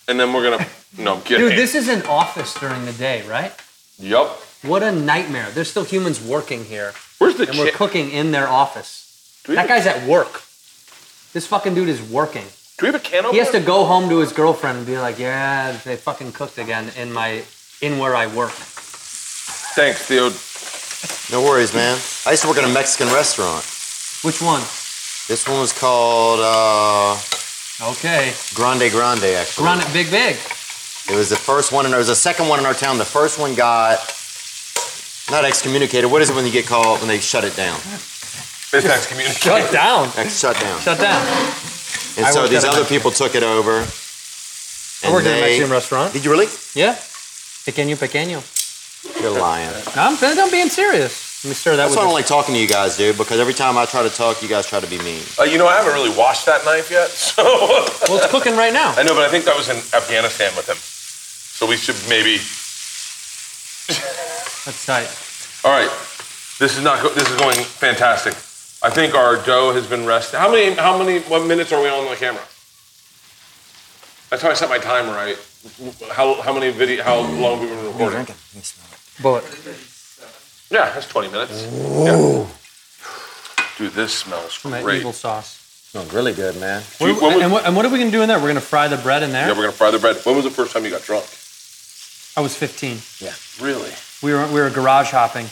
A: and then we're gonna No, I'm kidding.
B: Dude, this is an office during the day, right?
A: Yep.
B: What a nightmare. There's still humans working here,
A: Where's the
B: and we're
A: chick?
B: cooking in their office.
A: Do we
B: That
A: have a-
B: guy's at work. This fucking dude is working.
A: Do we have a can opener?
B: He has to go home to his girlfriend and be like, "Yeah, they fucking cooked again in my in where I work."
A: Thanks, Theo.
C: No worries, man. I used to work in a Mexican restaurant.
B: Which one?
C: This one was called uh,
B: Okay,
C: Grande Grande, actually.
B: run it big, big.
C: It was the first one, and there was a second one in our town. The first one got not excommunicated. What is it when you get called when they shut it down?
A: It's excommunicated.
B: Shut down.
C: Ex- shut down.
B: Shut down.
C: and
B: I
C: so
B: worked
C: these
B: at a
C: other people took it over. And
B: I worked at a Mexican restaurant.
C: Did you really?
B: Yeah. Pequeño, pequeño.
C: You're lying.
B: I'm, I'm being serious. Let me stir that
C: That's
B: with
C: why I don't
B: this-
C: like talking to you guys, dude. Because every time I try to talk, you guys try to be mean.
A: Uh, you know, I haven't really washed that knife yet, so
B: Well, it's cooking right now.
A: I know, but I think that was in Afghanistan with him. So we should maybe.
B: That's tight.
A: All right, this is not. Go- this is going fantastic. I think our dough has been rested. How many? How many? What minutes are we on the camera? That's how I set my timer. I how how many video? How long have we been recording?
B: But
A: Yeah, that's 20 minutes. Yeah. Dude, this smells
B: from that
A: great.
B: evil sauce.
C: Smells really good, man.
A: Dude,
B: What-
A: when was-
B: and, what, and what are we gonna do in there? We're gonna fry the bread in there.
A: yeah, we're gonna fry the bread. When was the first time you got drunk?
B: I was 15.
A: Really?
B: We were we were garage hopping.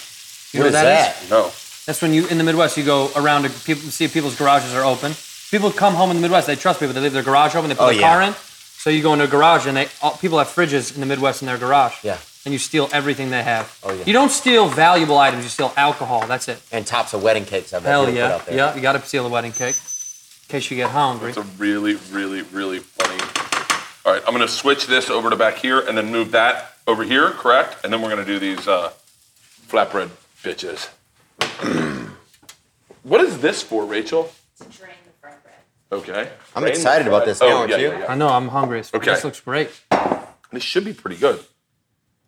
B: You know
C: What is
B: that
C: that?
A: No.
B: That's when you in the Midwest you go around to people see if people's garages are open. People come home in the Midwest. They trust people. They leave their garage open. They put
C: Oh,
B: their
C: yeah.
B: car in. So you go into a garage and they all, people have fridges in the Midwest in their garage.
C: Yeah.
B: And you steal everything they have.
C: Oh, yeah.
B: You don't steal valuable items. You steal alcohol. That's it.
C: And tops of wedding cakes. I've
B: Hell yeah. Yeah. You got to steal the wedding cake in case you get hungry.
A: It's a really, really, really funny. All right, I'm gonna switch this over to back here and then move that over here, correct? And then we're gonna do these uh, flatbread bitches. what is this for, Rachel?
D: to drain the fried bread.
A: Okay.
C: I'm
A: Rain
C: excited about
A: bread.
C: this
A: Oh,
C: now, aren't
A: yeah,
C: you?
A: yeah, yeah.
B: I know. I'm hungry. as-
A: Okay.
B: This looks great.
A: This should be pretty good.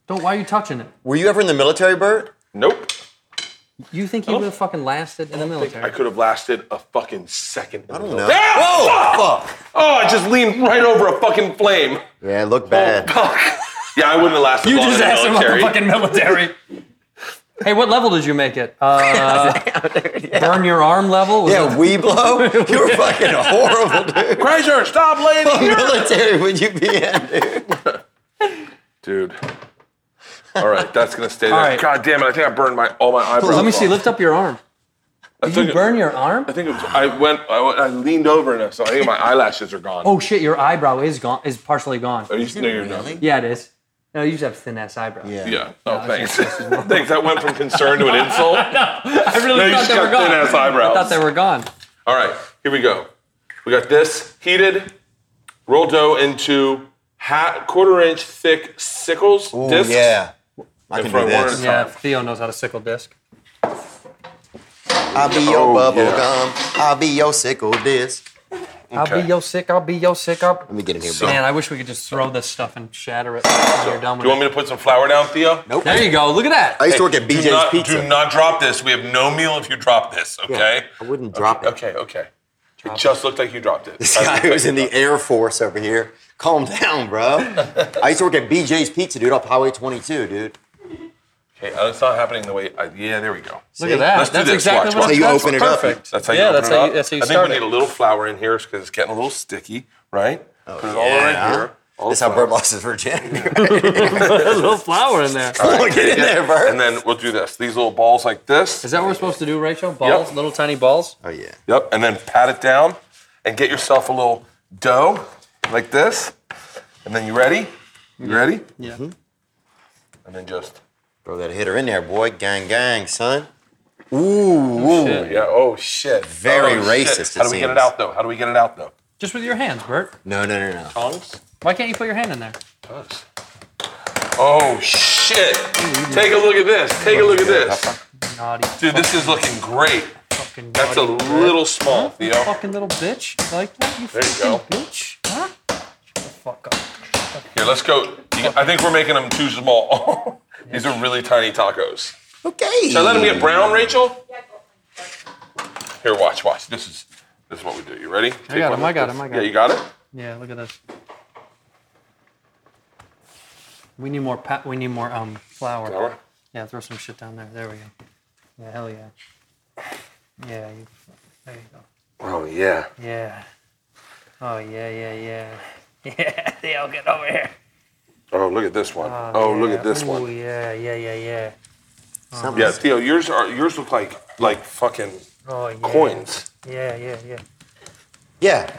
B: Don't. Why are you touching it?
C: Were you ever in the military, Bert?
A: Nope.
B: You think he would have fucking lasted in the military?
A: I could have lasted a fucking second.
B: Oh,
C: I don't know.
A: Ah, fuck!
C: Whoa! Fuck.
A: Oh, I just leaned right over a fucking flame.
C: Yeah, it looked bad.
A: Yeah, I wouldn't have lasted
B: You
A: long in
B: just
A: the
B: asked him about
A: military.
B: the fucking military. hey, what level did you make it? Uh, Burn your arm level? Was
C: Yeah,
B: it-
C: we blow. You were fucking horrible, dude.
A: Chrysler, stop, lady.
C: What military would you be in, dude?
A: Dude. All right, that's gonna stay there.
B: All right.
A: God damn it! I think I burned my all my eyebrows.
B: Let me see.
A: off.
B: Lift up your arm.
A: I
B: Did
A: think
B: you
A: it-
B: burn your arm?
A: I think it was, I went. I, went- I leaned over and I saw. I think my eyelashes are gone.
B: Oh shit! Your eyebrow is gone. Is partially gone.
A: Are you, no, you're not.
B: Yeah, it is. No, you just have thin ass eyebrows.
A: Yeah. Oh, thanks. thanks. That went from concern to an insult.
B: I really
A: No, you
B: thought
A: just
B: they were
A: got
B: gone.
A: thin ass
B: I thought
A: eyebrows.
B: they were gone.
A: All right, here we go. We got this heated roll dough into ha quarter inch thick sickles
C: Ooh,
A: discs.
C: yeah. I can
A: If I
C: do this.
A: wanted-
B: Yeah, Theo knows how to sickle disc.
C: I'll be your
A: Oh,
C: bubble
A: yeah.
C: gum. I'll be your sickle disc.
B: I'll
A: Okay.
B: be yo sick. I'll be yo sick. Up.
C: Let me get in here,
A: So-
C: bro.
B: Man, I wish we could just throw this stuff and shatter it. when you're
A: Do
B: done with
A: you want
B: it.
A: me to put some flour down, Theo?
C: Nope.
B: There you go. Look at that.
C: I used to work
A: Hey,
C: at BJ's
A: do not,
C: Pizza.
A: Do not drop this. We have no meal if you drop this,
C: Yeah,
A: okay?
C: I wouldn't drop it.
A: Okay, okay. It just looked like you dropped it.
C: This guy who's in the Air Force over here. Calm down, bro. I used to work at BJ's Pizza, dude, off Highway 22, dude.
A: Okay, uh, it's not happening the way. I, yeah, there we go.
B: Look at that.
A: Let's do
B: that's
A: this. Watch,
B: exactly what
A: watch.
C: That's how you
B: that's
C: open it up.
B: perfect.
A: That's how you
B: yeah,
A: open
B: that's
A: it
B: how
A: up.
B: You, that's how you
A: I think
B: start
A: we
B: it.
A: need a little flour in here because it's getting a little sticky, right?
C: Oh,
A: Put it all around here. All
C: That's
A: the
C: how
A: flour.
C: Bert lost his virginity.
B: a little flour in there.
C: Come on, get in there, Bert.
A: And then we'll do this. These little balls like this.
B: Is that what we're supposed to do, Rachel? Balls,
A: Yep.
B: little tiny balls.
C: oh, yeah.
A: Yep. And then pat it down and get yourself a little dough like this. And then you ready? You ready?
B: Yeah.
A: And then just.
C: Throw that hitter in there, boy. Gang, gang, son.
A: Oh, yeah. Oh shit.
C: Very
A: Oh, shit.
C: racist, it
A: How do we get it
C: seems.
A: out though? How do we get it out though?
B: Just with your hands, Bert.
C: No, no, no, no.
A: Tongs.
B: Why can't you put your hand in there?
A: Does. Oh shit! Take a look at this. Take a look at this,
B: Naughty.
A: dude. This is looking great.
B: Fucking
A: That's a
B: naughty Bert.
A: little small,
B: You
A: Theo.
B: Fucking little bitch. You like that? You
A: There you
B: fucking
A: go.
B: bitch. Huh? Shut the fuck up.
A: Here, let's go. I think we're making them too small. These are really tiny tacos.
C: Okay.
A: Should I let them get brown, Rachel?
D: Yeah, go for it.
A: Here, watch, watch. This is this is what we do. You ready? I
B: got him, I got him, I got
A: Yeah,
B: him.
A: you got it.
B: Yeah, look at this. We need more pa- we need more um flour.
A: Flour?
B: Yeah, throw some shit down there. There we go. Yeah, hell yeah. Yeah, you, there you go.
A: Oh yeah.
B: Yeah. Oh yeah, yeah, yeah. Yeah, they all get over here.
A: Oh look at this one. Oh look
B: yeah.
A: at this
B: Ooh,
A: one.
B: Yeah, yeah, yeah, yeah.
C: Something-
A: Yeah, Theo, yours are yours look like like fucking
B: Oh yeah.
A: coins.
B: Yeah, yeah, yeah.
C: Yeah.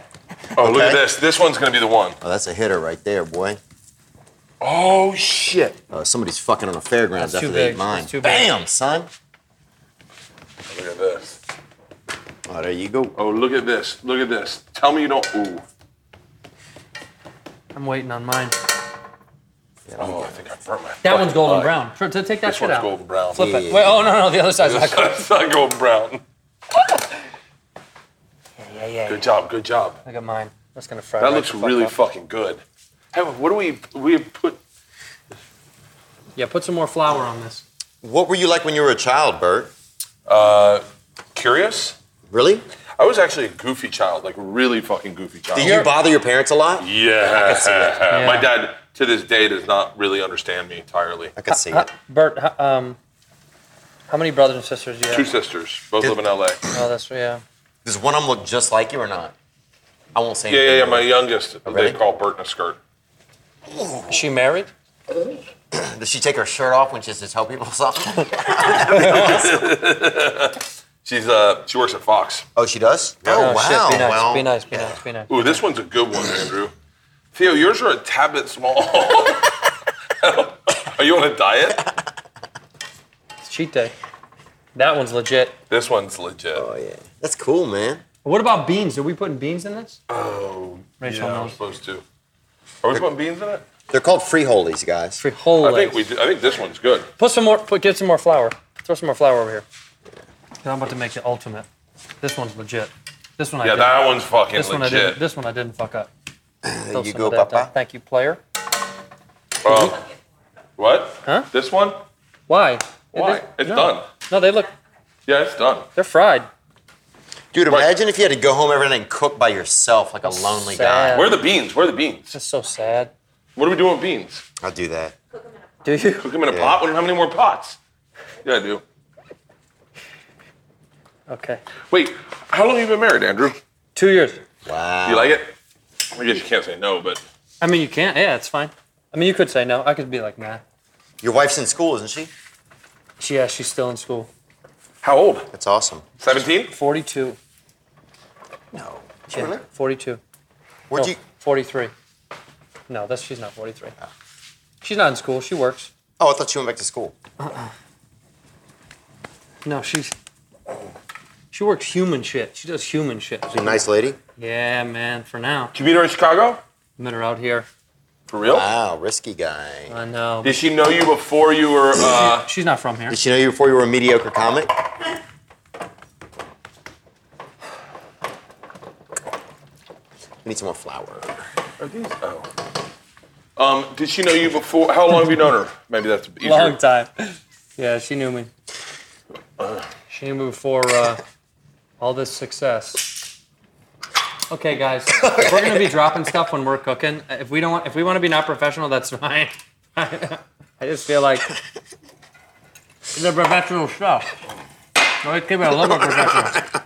A: Oh look at
C: Okay.
A: this. This one's gonna be the one.
C: Oh, that's a hitter right there, boy.
A: Oh shit.
C: Oh, somebody's fucking on the fairgrounds
B: That's too
C: after they
B: big.
C: eat mine.
B: That's too big.
C: Bam, son.
A: Look at this.
C: Oh, there you go.
A: Oh look at this. Look at this. Tell me you don't. Ooh.
B: I'm waiting on mine.
A: Oh, I think I burnt my.
B: That
A: fucking
B: one's golden
A: eye.
B: brown. Tr- to take that
A: This
B: shit
A: one's
B: out.
A: golden brown.
B: Flip it.
C: Yeah.
B: Wait, oh no, no, the other side's not golden.
A: It's not golden brown.
B: Yeah, yeah, yeah.
A: Good job. Good job.
B: Look at mine. That's gonna fry.
A: That
B: right
A: looks
B: the fuck
A: really
B: up.
A: fucking good. Hey, what do we we put?
B: Yeah, put some more flour on this.
C: What were you like when you were a child, Bert?
A: Uh, curious.
C: Really?
A: I was actually a goofy child, like really fucking goofy child.
C: Did you bother your parents a lot?
A: Yeah.
B: Yeah.
A: My dad to this day does not really understand me entirely.
C: I could see
B: Huh,
C: it.
B: Bert, h- um, how many brothers and sisters do you
A: Two
B: have?
A: sisters, both live in LA.
B: Oh, that's yeah.
C: Does one of them look just like you or not? I won't say
A: Yeah,
C: anything.
A: yeah, yeah. My youngest,
C: really?
A: they call Bert in a skirt.
B: Is she married?
C: Does she take her shirt off when she has to tell people something?
A: She's uh, she works at Fox.
C: oh, she does? Oh,
B: Oh,
C: wow.
B: Shit, be nice.
C: well,
B: be nice. Be nice. Be nice.
A: Ooh, this one's a good one, Andrew. Theo, yours are a tad bit small. are you on a diet?
B: It's cheat day. That one's legit.
A: This one's legit.
C: Oh, yeah. That's cool, man.
B: What about beans? Are we putting beans in this?
A: Oh,
B: Rachel
A: yeah, I'm
B: knows.
A: supposed to. Are we putting beans in it?
C: They're called frijoles, guys.
B: Frijoles.
A: I think we. Do, I think this one's good.
B: Put some more. Put get some more flour. Throw some more flour over here. 'Cause I'm about to make the ultimate. This one's legit. This one I
A: Yeah,
B: did.
A: that one's fucking
B: this one I
A: legit.
B: didn't. This one I didn't fuck up. Throw
C: you
B: some
C: go,
B: of that down.
C: Papa.
B: Thank you, player.
A: Oh, what?
B: Huh?
A: This one?
B: Why?
A: Why?
B: It-
A: It's
B: no.
A: done.
B: No, they look.
A: Yeah, it's done.
B: They're fried.
C: Dude, imagine if you had to go home every night and cook by yourself like a lonely
B: Sad.
A: Where are the beans? Where are the beans?
B: That's so sad.
A: What are we doing with beans?
C: guy. I'll do that.
B: Do you?
A: Cook them in a
C: Yeah.
A: pot? We don't have any more pots. Yeah, I do.
B: Okay.
A: Wait, how long have you been married, Andrew? Do
B: Two years.
C: Wow.
A: you like it? I guess you can't say no, but
B: I mean, you can't. Yeah, it's fine. I mean, you could say no. I could be like, nah.
C: Your wife's in school, isn't she?
B: She, yeah, she's still in school.
A: how old?
C: That's awesome.
A: 17?
B: 42.
C: No.
B: Yeah,
C: Really?
B: 42.
C: Where'd
B: No,
C: you? Ah.
B: 43. No, that's she's not 43. She's not in school. She works.
C: Oh, I thought you went back to school.
B: No, she's. She works human shit. She does human shit.
C: You a nice lady.
B: Yeah, man. For now,
A: Did you meet her in Chicago?
B: met her out here.
A: For real?
C: Wow, risky guy.
B: I know.
A: Did she know you before you were? Uh,
B: She's not from here.
C: Did she know you before you were a mediocre comic? We need some more flour.
A: are these? Oh. Um, did she know you before? How long have you known her? Maybe that's easier.
B: Long time. Yeah, she knew me. She knew me before uh, all this success. Okay, guys, if we're gonna be dropping stuff when we're cooking. If we don't want, if we want to be not professional, that's fine. I just feel like it's a professional stuff. No, keep it a little more professional.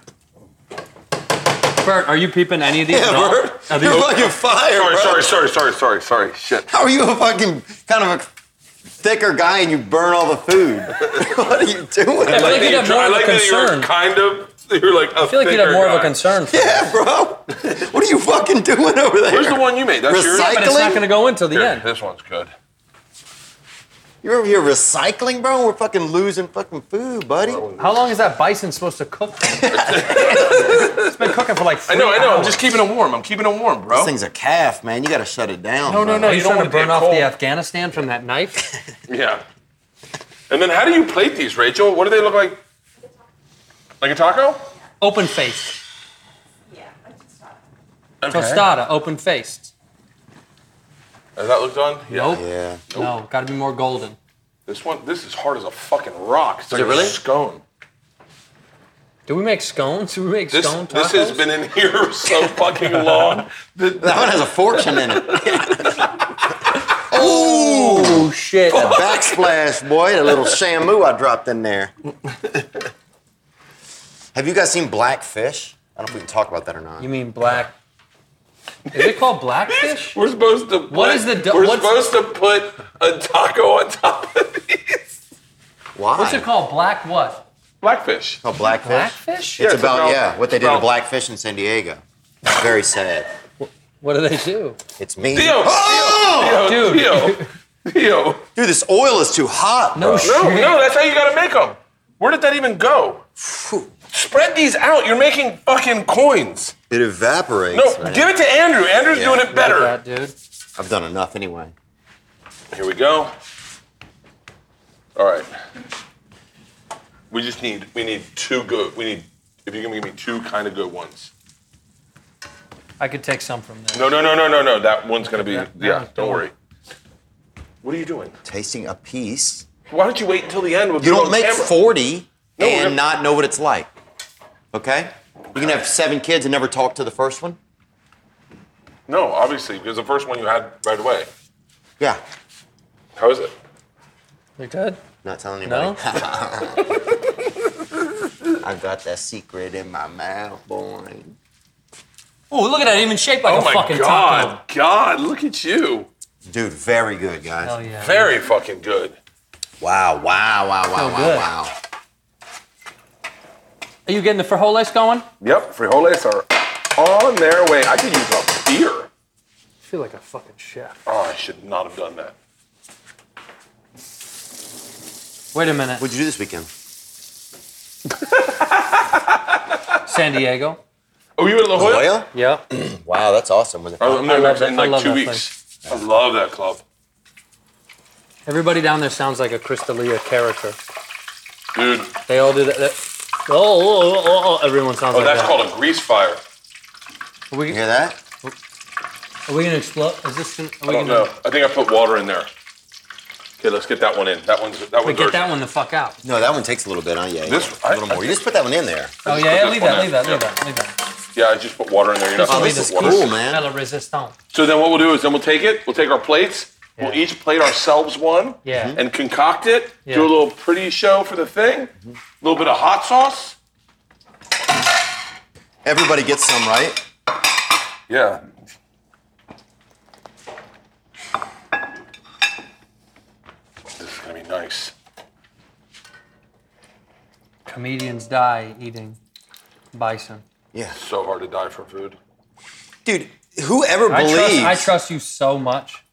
B: Bert, are you peeping any of these?
C: Yeah,
B: at all?
C: Bert.
B: Are
C: You're
B: these-
C: fucking fired,
A: Sorry,
C: bro.
A: sorry, sorry, sorry, sorry, sorry. Shit.
C: How are you a fucking kind of a thicker guy and you burn all the food? what are you doing?
B: I feel like
A: that
B: you'd have
A: tr-
B: more of a
A: like that
B: concern.
A: You're kind of. You're like. I
B: I feel like you'd have more of a concern. For
C: yeah, bro. What are you fucking doing over there?
A: Where's the one you made? That's yours.
C: Recycle-
B: but it's not gonna go in till the
A: Here,
B: end.
A: This one's good.
C: You're over here recycling, bro. We're fucking losing fucking food, buddy.
B: How long is that bison supposed to cook? for? it's been cooking for like.
A: I
B: Three
A: know, I know. I'm
B: hours.
A: just keeping it warm. I'm keeping it warm, bro.
C: This thing's a calf, man. You gotta shut it down.
B: No, no,
C: bro.
B: no.
A: you
B: You're
A: don't
B: trying
A: want
B: to
A: it to
B: burn
A: get
B: off
A: cold.
B: the Afghanistan from that knife.
A: Yeah. And then how do you plate these, Rachel? What do they look like? Like a taco?
B: open faced.
D: Yeah, let's just talk.
B: Tostada, open faced.
A: Has that look done?
B: Nope.
C: Yeah.
B: No, gotta be more golden.
A: This one, this is hard as a fucking rock. It's like
C: it really?
A: a scone.
B: Do we make scones? Do we make
A: This,
B: scone tacos?
A: this has been in here so fucking long. The-
C: That one has a fortune in it. oh,
B: shit.
C: Backsplash, boy. That little shamu I dropped in there. Have you guys seen Blackfish? I don't know if we can talk about that or not.
B: You mean black? Is it called blackfish?
A: We're supposed to. Put,
B: What is the do-
A: We're
B: what's-
A: supposed to put a taco on top of these.
C: Why?
B: What's it called? Black what?
A: Blackfish.
C: Called Blackfish?
B: Blackfish?
C: It's
A: it's
C: about,
A: about-
C: yeah, what they
A: it's
C: did to
A: about-
C: Blackfish in San Diego. It's very sad.
B: What do they do?
C: It's mean. Oh!
A: Theo. Theo. Theo.
B: Oh! Dude.
A: Theo. Theo.
C: Dude, this oil is too hot.
B: No shit.
A: No, no, that's how you gotta make them. Where did that even go? Spread these out. You're making fucking coins.
C: It evaporates.
A: No,
C: man.
A: give it to Andrew. Andrew's
C: Yeah.
A: doing it
B: Like
A: better.
B: that, dude.
C: I've done enough anyway.
A: Here we go. All right. We just need we need two good. We need if you're gonna give me two kind of good ones.
B: I could take some from there.
A: No, no, no, no, no, no. That one's gonna be
B: That-
A: yeah.
B: that-
A: Don't worry. What are you doing?
C: Tasting a piece.
A: Why don't you wait until the end? We'll
C: You
A: do it
C: don't
A: on
C: make
A: camera.
C: 40
A: No, we're-
C: and not know what it's like. Okay? You can have seven kids and never talk to the first one?
A: No, obviously because the first one you had right away.
C: Yeah.
A: How is it?
B: You're good?
C: Not telling
B: No?
C: anybody. I got that secret in my mouth, boy.
B: Ooh, look at that. It even shaped like
A: Oh
B: a
A: my
B: fucking
A: god,
B: taco.
A: God, look at you.
C: Dude, very good, guys.
B: Hell yeah.
A: Very fucking good.
C: Wow, wow, wow, wow,
B: So
C: wow,
B: good.
C: wow.
B: Are you getting the frijoles going? I
A: Yep, frijoles are on their way. I could use a beer.
B: feel like a fucking chef.
A: Oh, I should not have done that.
B: Wait a minute.
C: What'd you do this weekend?
B: San Diego?
A: Oh, you were at La Jolla?
C: Oil?
B: Yeah.
C: Wow, that's awesome. Was it
A: I was
B: I
A: in
B: love
A: there in
B: that- I
A: like
B: love
A: two
B: that
A: weeks. I love that club.
B: Everybody down there sounds like a Crystalia character.
A: Dude,
B: They all do that. that- oh, oh, oh, oh, oh, everyone sounds
A: oh,
B: like
A: that's
B: that.
A: called a grease fire.
B: Are we,
C: You hear that?
B: are we gonna explode? Is this gonna? Are
A: I
B: we
A: don't
B: gonna?
A: know. I think I put water in there. Okay, let's get that one in. That one's that
B: We
A: one's
B: get
A: urgent.
B: that one the fuck out.
C: No, that one takes a little bit, huh? Yeah, yeah.
A: This-
C: a little
A: I-
C: more. you just put that one in
B: Oh
C: there.
A: just
B: yeah,
A: put
B: yeah,
A: this
B: leave
A: one
B: that,
A: in.
B: leave that,
A: Yeah.
B: leave that, leave that.
A: Yeah, I just put water in there. You're not
C: Oh,
A: supposed
C: this
A: to
C: is
A: put water.
C: cool, man.
B: Hella resistant.
A: So then what we'll do is then we'll take it, we'll take our plates, we'll
B: Yeah.
A: each plate ourselves one,
B: Yeah.
A: and concoct it,
B: Yeah. Mm-hmm.
A: do a little pretty show for the thing, a little bit of hot sauce.
C: Everybody gets some, right?
A: Yeah. This is gonna be nice.
B: Comedians die eating bison.
C: Yeah.
A: So hard to die for food.
C: Dude, whoever
B: I trust,
C: believes.
B: I trust you so much.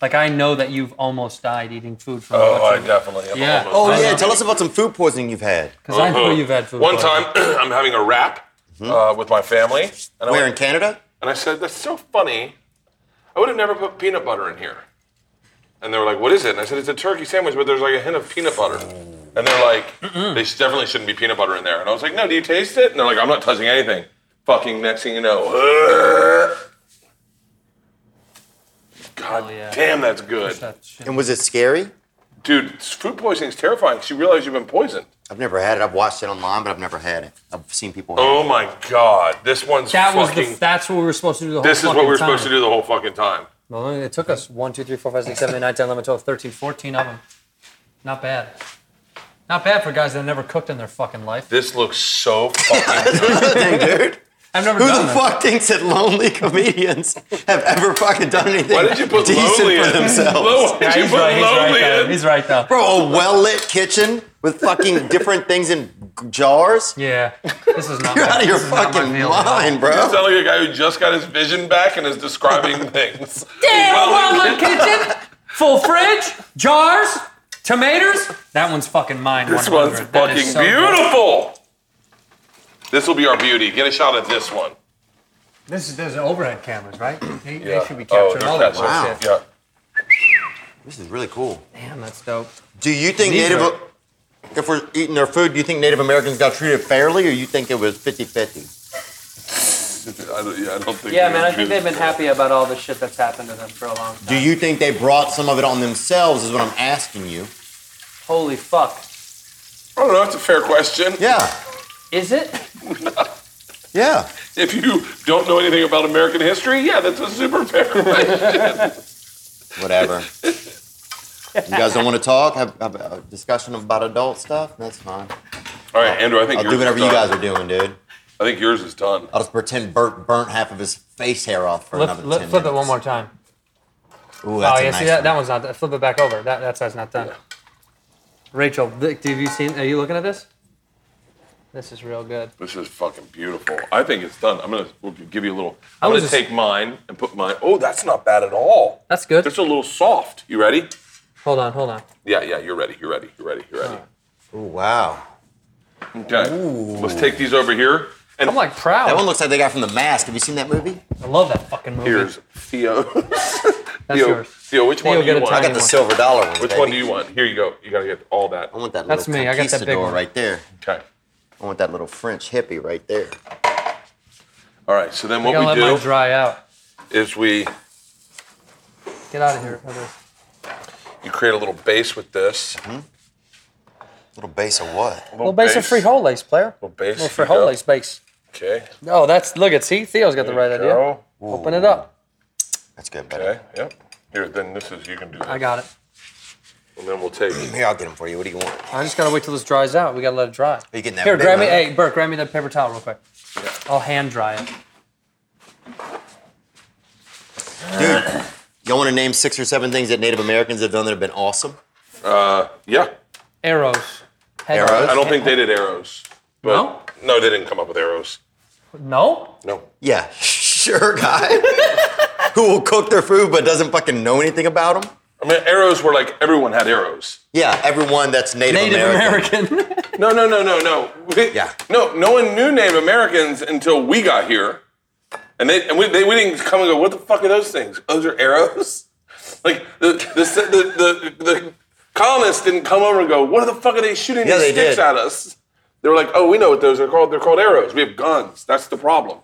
B: Like I know that you've almost died eating food from.
A: Oh, I
B: butcher.
A: definitely am.
B: Yeah.
A: almost
C: Oh,
A: done.
B: I
C: yeah.
B: know.
C: Tell us about some food poisoning you've had.
B: Because I know you've had food.
A: Uh-huh. One
B: poisoning. Hmm?
A: time, I'm having a wrap uh, with my family, and I,
C: Where in
A: went,
C: Canada?
A: and I said, "That's so funny. I would have never put peanut butter in here." And they were like, "What is it?" And I said, "It's a turkey sandwich, but there's like a hint of peanut butter."
B: Oh.
A: And they're like, "They definitely shouldn't be peanut butter in there." And I was like, "No, do you taste it?" And they're like, "I'm not touching anything." Fucking next thing you know, God
B: Hell Oh, yeah.
A: damn, that's good,
B: That shit.
C: And was it scary?
A: dude. Food poisoning is terrifying because you realize you've been poisoned.
C: I've never had it. I've watched it online, but I've never had it. I've seen people. have
A: Oh
C: it.
A: my god, this one's
B: That was
A: fucking.
B: the. That's what we were supposed to do the whole.
A: this is what we were supposed to do the whole fucking time.
B: Well, it took us 1, 2, 3, 4, 5, 6, 7, 8, 9, 10, 11, 12, 13, 14 of them. Not bad. Not bad for guys that have never cooked in their fucking life.
A: This looks so fucking good.
C: Thing, dude.
B: I've never
C: Who
B: done
C: the
B: that.
C: fuck thinks that lonely comedians have ever fucking done anything
A: Why did you put
C: decent
A: lonely
C: for
A: in?
C: themselves?
A: Lo- Why
B: Yeah,
A: did you
B: he's,
A: put
B: right, he's right.
A: lonely
B: Though.
A: in?
B: He's right though.
C: Bro, a well lit kitchen with fucking different things in jars?
B: Yeah. This is not.
C: You're
B: my-
C: out of your
B: this is not my
C: fucking
B: meal at all.
C: mind,
A: You
C: bro.
A: sound like a guy who just got his vision back and is describing things.
B: Damn,
A: Well,
B: well, look, kitchen, full fridge, jars, tomatoes. That one's fucking mine.
A: this
B: 100.
A: one's
B: That
A: fucking
B: is so good.
A: beautiful. This will be our beauty. Get a shot at this one.
B: This is there's overhead cameras, right? They, they
A: Yeah.
B: should be
A: Oh,
B: capturing all
A: there's
B: that
A: that
C: Wow.
B: shit.
A: Yeah.
C: This is really cool.
B: Damn, that's dope.
C: Do you think
B: These
C: Native,
B: are-
C: if we're eating their food, do you think Native Americans got treated fairly or you think it was 50 50?
A: I don't, yeah, I don't think.
B: Yeah,
A: we
B: man, I
A: do
B: think they've been
A: this.
B: happy about all the shit that's happened to them for a long time.
C: Do you think they brought some of it on themselves, is what I'm asking you?
B: Holy fuck.
A: I don't know. It's a fair question.
C: Yeah,
B: Is it?
C: yeah.
A: If you don't know anything about American history, yeah, that's a super fair question.
C: Whatever. You guys don't want to talk? Have, have a discussion about adult stuff? That's fine.
A: All right, Andrew. I think
C: I'll
A: yours
C: do whatever
A: is
C: you
A: done.
C: guys are Oh. doing, dude.
A: I think yours is done.
C: I'll just pretend Bert burnt half of his face hair off for
B: Let's,
C: another
B: let's
C: 10
B: flip it
C: minutes.
B: one more time.
C: Ooh, that's
B: oh,
C: a
B: yeah,
C: nice
B: see that,
C: one.
B: that one's not. Flip it back over. That that side's not done. Rachel, th- have you seen? Are you looking at this? This is real good.
A: This is fucking beautiful. I think it's done. I'm gonna we'll give you a little.
B: I
A: I'm
B: was
A: gonna
B: just-
A: take mine and put mine. Oh, that's not bad at all.
B: That's good.
A: It's a little soft. You ready?
B: Hold on, hold on.
A: Yeah, yeah. You're ready. You're ready. You're ready. You're ready.
C: Ooh, wow.
A: Okay. Let's take these over here. And
B: I'm like proud.
C: That one looks like they got from The Mask. Have you seen that movie?
B: I love that fucking movie.
A: here's Theo.
B: That's
A: Theo,
B: yours.
A: Theo, which
B: Theo,
A: one do
B: get
A: you
B: a
A: want?
C: I
B: tiny
C: got the Oh. silver dollar one.
A: Which
C: baby.
A: one do you want? Here you go. You gotta get all that.
C: I want that
B: That's
C: little
B: me. I got that big
C: conquistador
B: one.
C: right there.
A: Okay.
C: I want that little French hippie right there.
A: All right. So then
B: I
A: what
B: gotta
A: we
B: let
A: do
B: mine dry out.
A: is we
B: Get out of here. Heather.
A: you create a little base with this.
C: Little base of what?
B: Little base of frijoles, player.
A: Little base.
B: Little
A: Here you go.
B: frijoles base.
A: Okay.
B: Oh, that's look at see Theo's got the right idea.
A: Go.
B: Open it up.
C: That's good, buddy.
A: Okay. Yep. Here, then this is you can do that.
B: I got it.
A: And then we'll take.
C: Here, I'll get them for you. What do you want?
B: I just gotta wait till this dries out. We gotta let it dry.
C: Are you getting that
B: Here,
C: big
B: grab me.
C: one?
B: Hey, Bert, grab me that paper towel real quick. I'll hand dry it.
C: Dude, you want to name six or seven things that Native Americans have done that have been awesome?
A: Uh, yeah.
B: Arrows. Head-
C: Arrows?
A: I don't think they did arrows. But
B: No?
A: No, they didn't come up with arrows.
B: No.
A: No.
C: Yeah, sure, guy. Who will cook their food but doesn't fucking know anything about them?
A: I mean, arrows were like everyone had arrows.
C: Yeah, everyone that's Native,
B: Native
C: American.
B: American.
A: No, no, no, no, no. We-
C: Yeah.
A: No, no one knew Native Americans until we got here, and they and we, they, we didn't come and go. What the fuck are those things? Those are arrows. Like the the the, the, the colonists didn't come over and go. What the fuck are they shooting
C: Yeah,
A: these
C: they
A: sticks
C: did.
A: at us? They were like, oh, we know what those are called. They're called arrows. We have guns. That's the problem.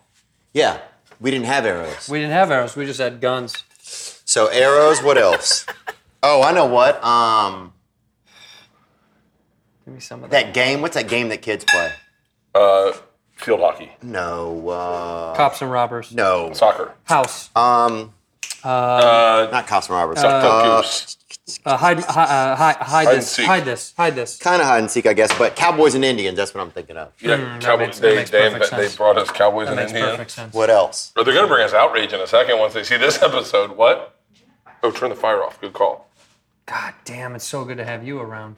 C: Yeah, we didn't have arrows.
B: we didn't have arrows. We just had guns.
C: So arrows. What else? oh, I know what. Um,
B: Give me some of that.
C: that game. What's that game that kids play?
A: Uh, field hockey,
C: No. Uh,
B: Cops and robbers.
C: no.
A: soccer,
B: House.
C: Um,
A: uh,
C: not cops and robbers.
A: uh,
B: Uh, hide, hi, uh, hi, hide,
A: and
B: this.
A: seek.
B: Hide this. Hide this.
C: kind of hide and seek, I guess. But cowboys and Indians. That's what I'm thinking of.
A: yeah,
B: hmm, that
A: Cowboys.
B: makes- that
A: they,
B: makes
A: they,
B: perfect
A: they
B: sense.
A: brought us Cowboys
B: That
A: and
B: makes
A: Indians.
B: perfect sense.
C: What else?
A: But they're gonna bring us outrage in a second once they see this episode. What? Oh, turn the fire off. Good call.
B: God damn, it's so good to have you around.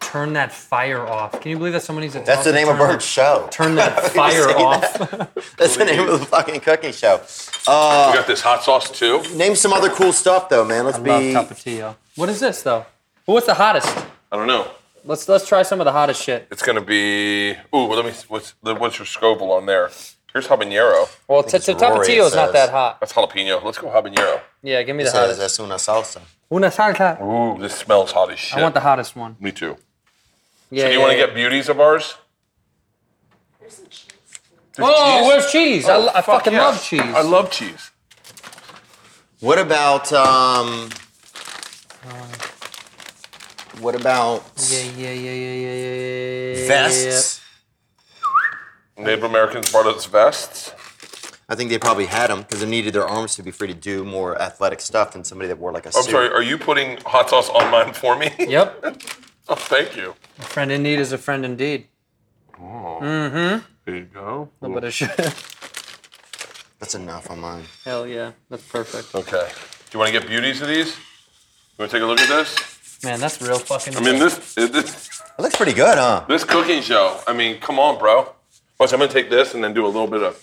B: Turn that fire off. Can you believe that someone needs to
C: That's the name of Bert's show.
B: Turn that fire
C: saying
B: off.
C: That's the name of the fucking cooking show.
A: we got this hot sauce too.
C: Name some other cool stuff though, man. Let's
B: I love
C: be.
B: Tapatio. What is this though? Well, what's the hottest?
A: I don't know.
B: Let's let's try some of the hottest shit.
A: It's gonna be. Ooh, well, let me. What's the, what's your scoville on there? Here's habanero.
B: Well, t- t-
C: it's Rory, it
B: Tapatio is not
C: says.
B: that hot.
A: That's jalapeno. Let's go habanero.
B: Yeah, give me the
C: Says
B: hottest.
C: that's una salsa.
B: Una salsa.
A: Ooh, this smells hot as shit.
B: I want the hottest one.
A: Me too.
B: Yeah.
A: So do you
B: yeah,
A: want to
B: yeah.
A: get beauties of ours?
D: There's some cheese.
B: Oh,
A: cheese?
B: where's cheese? I, lo- I
A: Fuck
B: fucking
A: yeah.
B: love cheese.
A: I love cheese.
C: What about um? What about
B: Yeah, yeah, yeah, yeah, yeah, yeah, yeah.
C: vests?
A: Native Americans brought us vests.
C: I think they probably had them because they needed their arms to be free to do more athletic stuff than somebody that wore like a
A: I'm
C: suit.
A: sorry. Are you putting hot sauce on mine for me?
B: Yep.
A: oh, thank you.
B: A friend in need is a friend indeed.
A: There you go.
B: A little bit of shit.
C: That's enough on mine.
B: Hell yeah, that's perfect.
A: Okay. Do you want to get beauties of these? You want to take a look at this?
B: Man, that's real fucking.
A: I mean, this this
C: It looks pretty good, huh?
A: this cooking show. I mean, come on, bro. Watch, I'm gonna take this and then do a little bit of,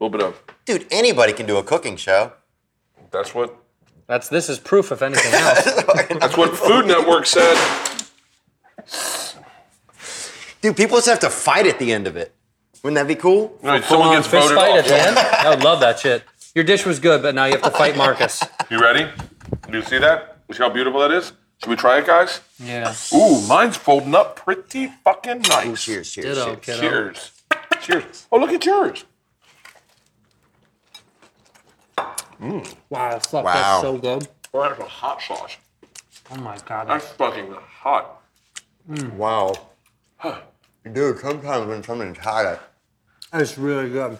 A: a little bit of.
C: Dude, anybody can do a cooking show.
A: That's what
B: That's this is proof if anything else.
A: that's what Food Network said.
C: Dude, people just have to fight at the end of it. Wouldn't that be cool?
A: Right, someone gets
B: fist
A: voted
B: fight at
A: off.
B: the end. I would love that shit. Your dish was good, but now you have to fight Marcus.
A: You ready? Do you see that? You see how beautiful that is? Should we try it, guys?
B: Yeah.
A: Ooh, mine's folding up pretty fucking nice.
C: Cheers, cheers,
B: Ditto, oh,
C: cheers.
B: kiddo.
A: Cheers. Cheers. Oh, look at yours.
B: Wow, fuck,
C: Wow.
B: that's so good.
A: Oh, that's a hot sauce.
B: Oh my god.
A: That's
B: that's-
A: fucking hot.
C: Wow. Dude, sometimes when something's hot, I-
B: That's really good.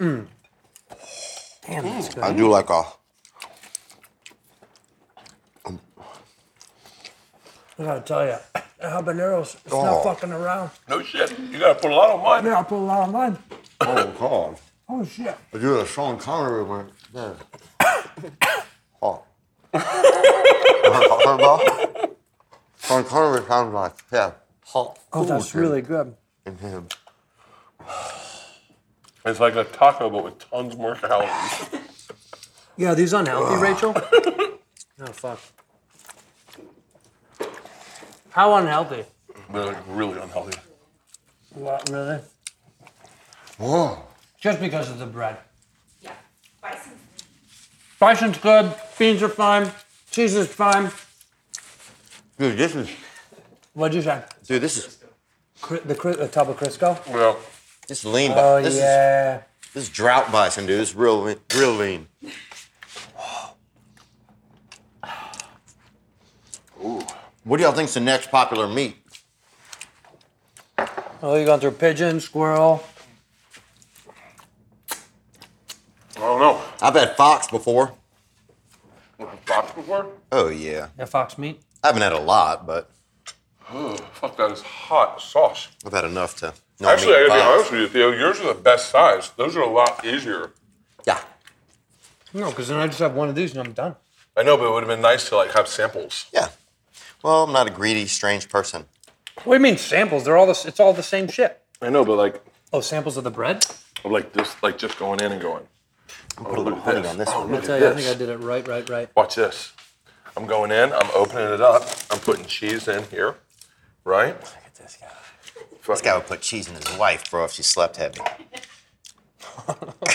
B: Mm.
E: Oh,
B: Damn, that's good.
C: I do like a, a
E: I gotta tell you, habaneros, it's not
C: Oh.
E: fucking around.
A: No shit. You gotta put a lot on mine.
E: Yeah, I put a lot on mine.
C: Oh, God.
E: Oh shit.
C: I do a Sean Connery one. Yeah. Oh. Remember? Sean Connery sounds like, yeah, hot
E: Oh, that's
C: food
E: really good.
C: in him.
A: It's like a taco, but with tons more calories.
E: Yeah, are these unhealthy, Rachel? Oh fuck.
B: How unhealthy?
A: They're like really unhealthy.
E: What really?
C: Whoa.
B: Just because of the bread.
D: Yeah. Bison.
B: Bison's good. Beans are fine. Cheese is fine.
C: Dude, this is,
E: What'd you say?
C: dude, this is,
E: Cri- the, cri- the tub of Crisco?
A: Yeah.
C: this is lean. bi-
E: Oh
C: this is,
E: yeah.
C: this is drought bison, dude. This is real, lean- real lean. Ooh. What do y'all think's the next popular meat?
E: Oh, you gone through pigeon, squirrel.
A: I don't know.
C: I've had fox before.
A: What, Box before?
C: Oh yeah,
B: Yeah, fox meat.
C: I haven't had a lot, but
A: Ooh, fuck, that is hot sauce.
C: I've had enough to. No
A: Actually, I uh, gotta
C: meat
A: be
C: pies.
A: honest with you, Theo. Yours are the best size. Those are a lot easier.
C: Yeah,
B: No, because then I just have one of these and I'm done.
A: I know, but it would have been nice to like have samples.
C: yeah. Well, I'm not a greedy, strange person.
B: What do you mean samples? They're all the, s- it's all the same shit.
A: I know, but like,
B: Oh, samples of the bread?
A: of, like this, like just going in and going.
C: I'm gonna put a little
A: at
C: honey
A: this.
C: on this
A: Oh,
C: one.
A: look
B: I
A: at
B: tell you, I
A: this.
B: think I did it right, right, right.
A: Watch this. I'm going in. I'm opening it up. I'm putting cheese in here, right?
C: This guy would put cheese in his wife, bro, if she slept heavy.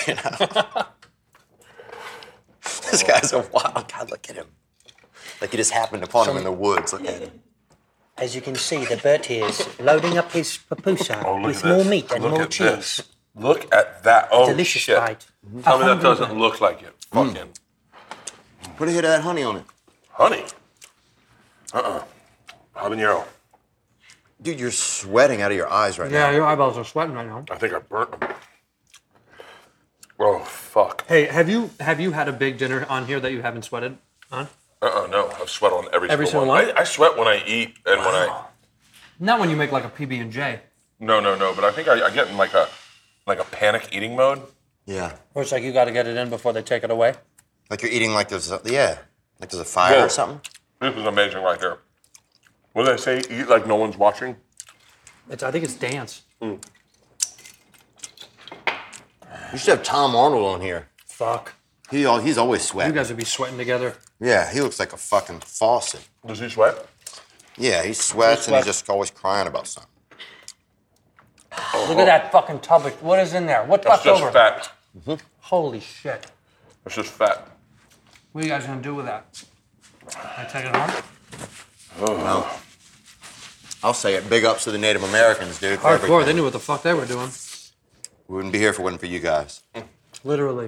C: You know? this guy's a wild God. Look at him. Like you just happened upon him in the woods. Look at him.
F: As you can see, the bird here is loading up his pupusa
A: Oh, look
F: with
A: at
F: more
A: this.
F: meat and
A: look
F: more
A: at
F: cheese.
A: This. Look at that. Oh,
F: Delicious Mm.
A: shit.
F: bite.
A: Tell me that doesn't look like it. Fucking
C: Put a hit of that honey on it.
A: honey. Uh uh Habanero.
C: Dude, you're sweating out of your eyes right
B: Yeah,
C: now.
B: your eyeballs are sweating right now.
A: I think I burnt them. Oh, fuck.
B: Hey, have you have you had a big dinner on here that you haven't sweated on?
A: Uh uh no. I sweat on every,
B: Every
A: single
B: single
A: one.
B: one?
A: I, I sweat when I eat and when I.
B: Not when you make like a PB and J.
A: No, no, no. But I think I, I get in like a like a panic eating mode.
C: Yeah.
B: Where it's like you got to get it in before they take it away.
C: Like you're eating like there's a, yeah, like there's a fire
A: Whoa.
C: or something.
A: This is amazing right here. What do they say? Eat like no one's watching.
B: It's I think it's dance.
A: Hmm.
C: You should have Tom Arnold on here.
B: Fuck.
C: He al- he's always
B: You
C: sweating.
B: guys would be sweating together.
C: yeah, he looks like a fucking faucet.
A: Does he sweat?
C: Yeah, he sweats and he's just always crying about something.
B: Look at that fucking tub. Of, what is in there? What's
A: That's
B: left
A: just
B: over?
A: fat.
B: Holy shit.
A: That's just fat.
B: What are you guys gonna do with that? I take it home.
C: I'll say it. Big ups to the Native Americans, dude. for
B: Hardcore.
C: everything.
B: They knew what the fuck they were doing.
C: We wouldn't be here if it wasn't for you guys.
B: Literally.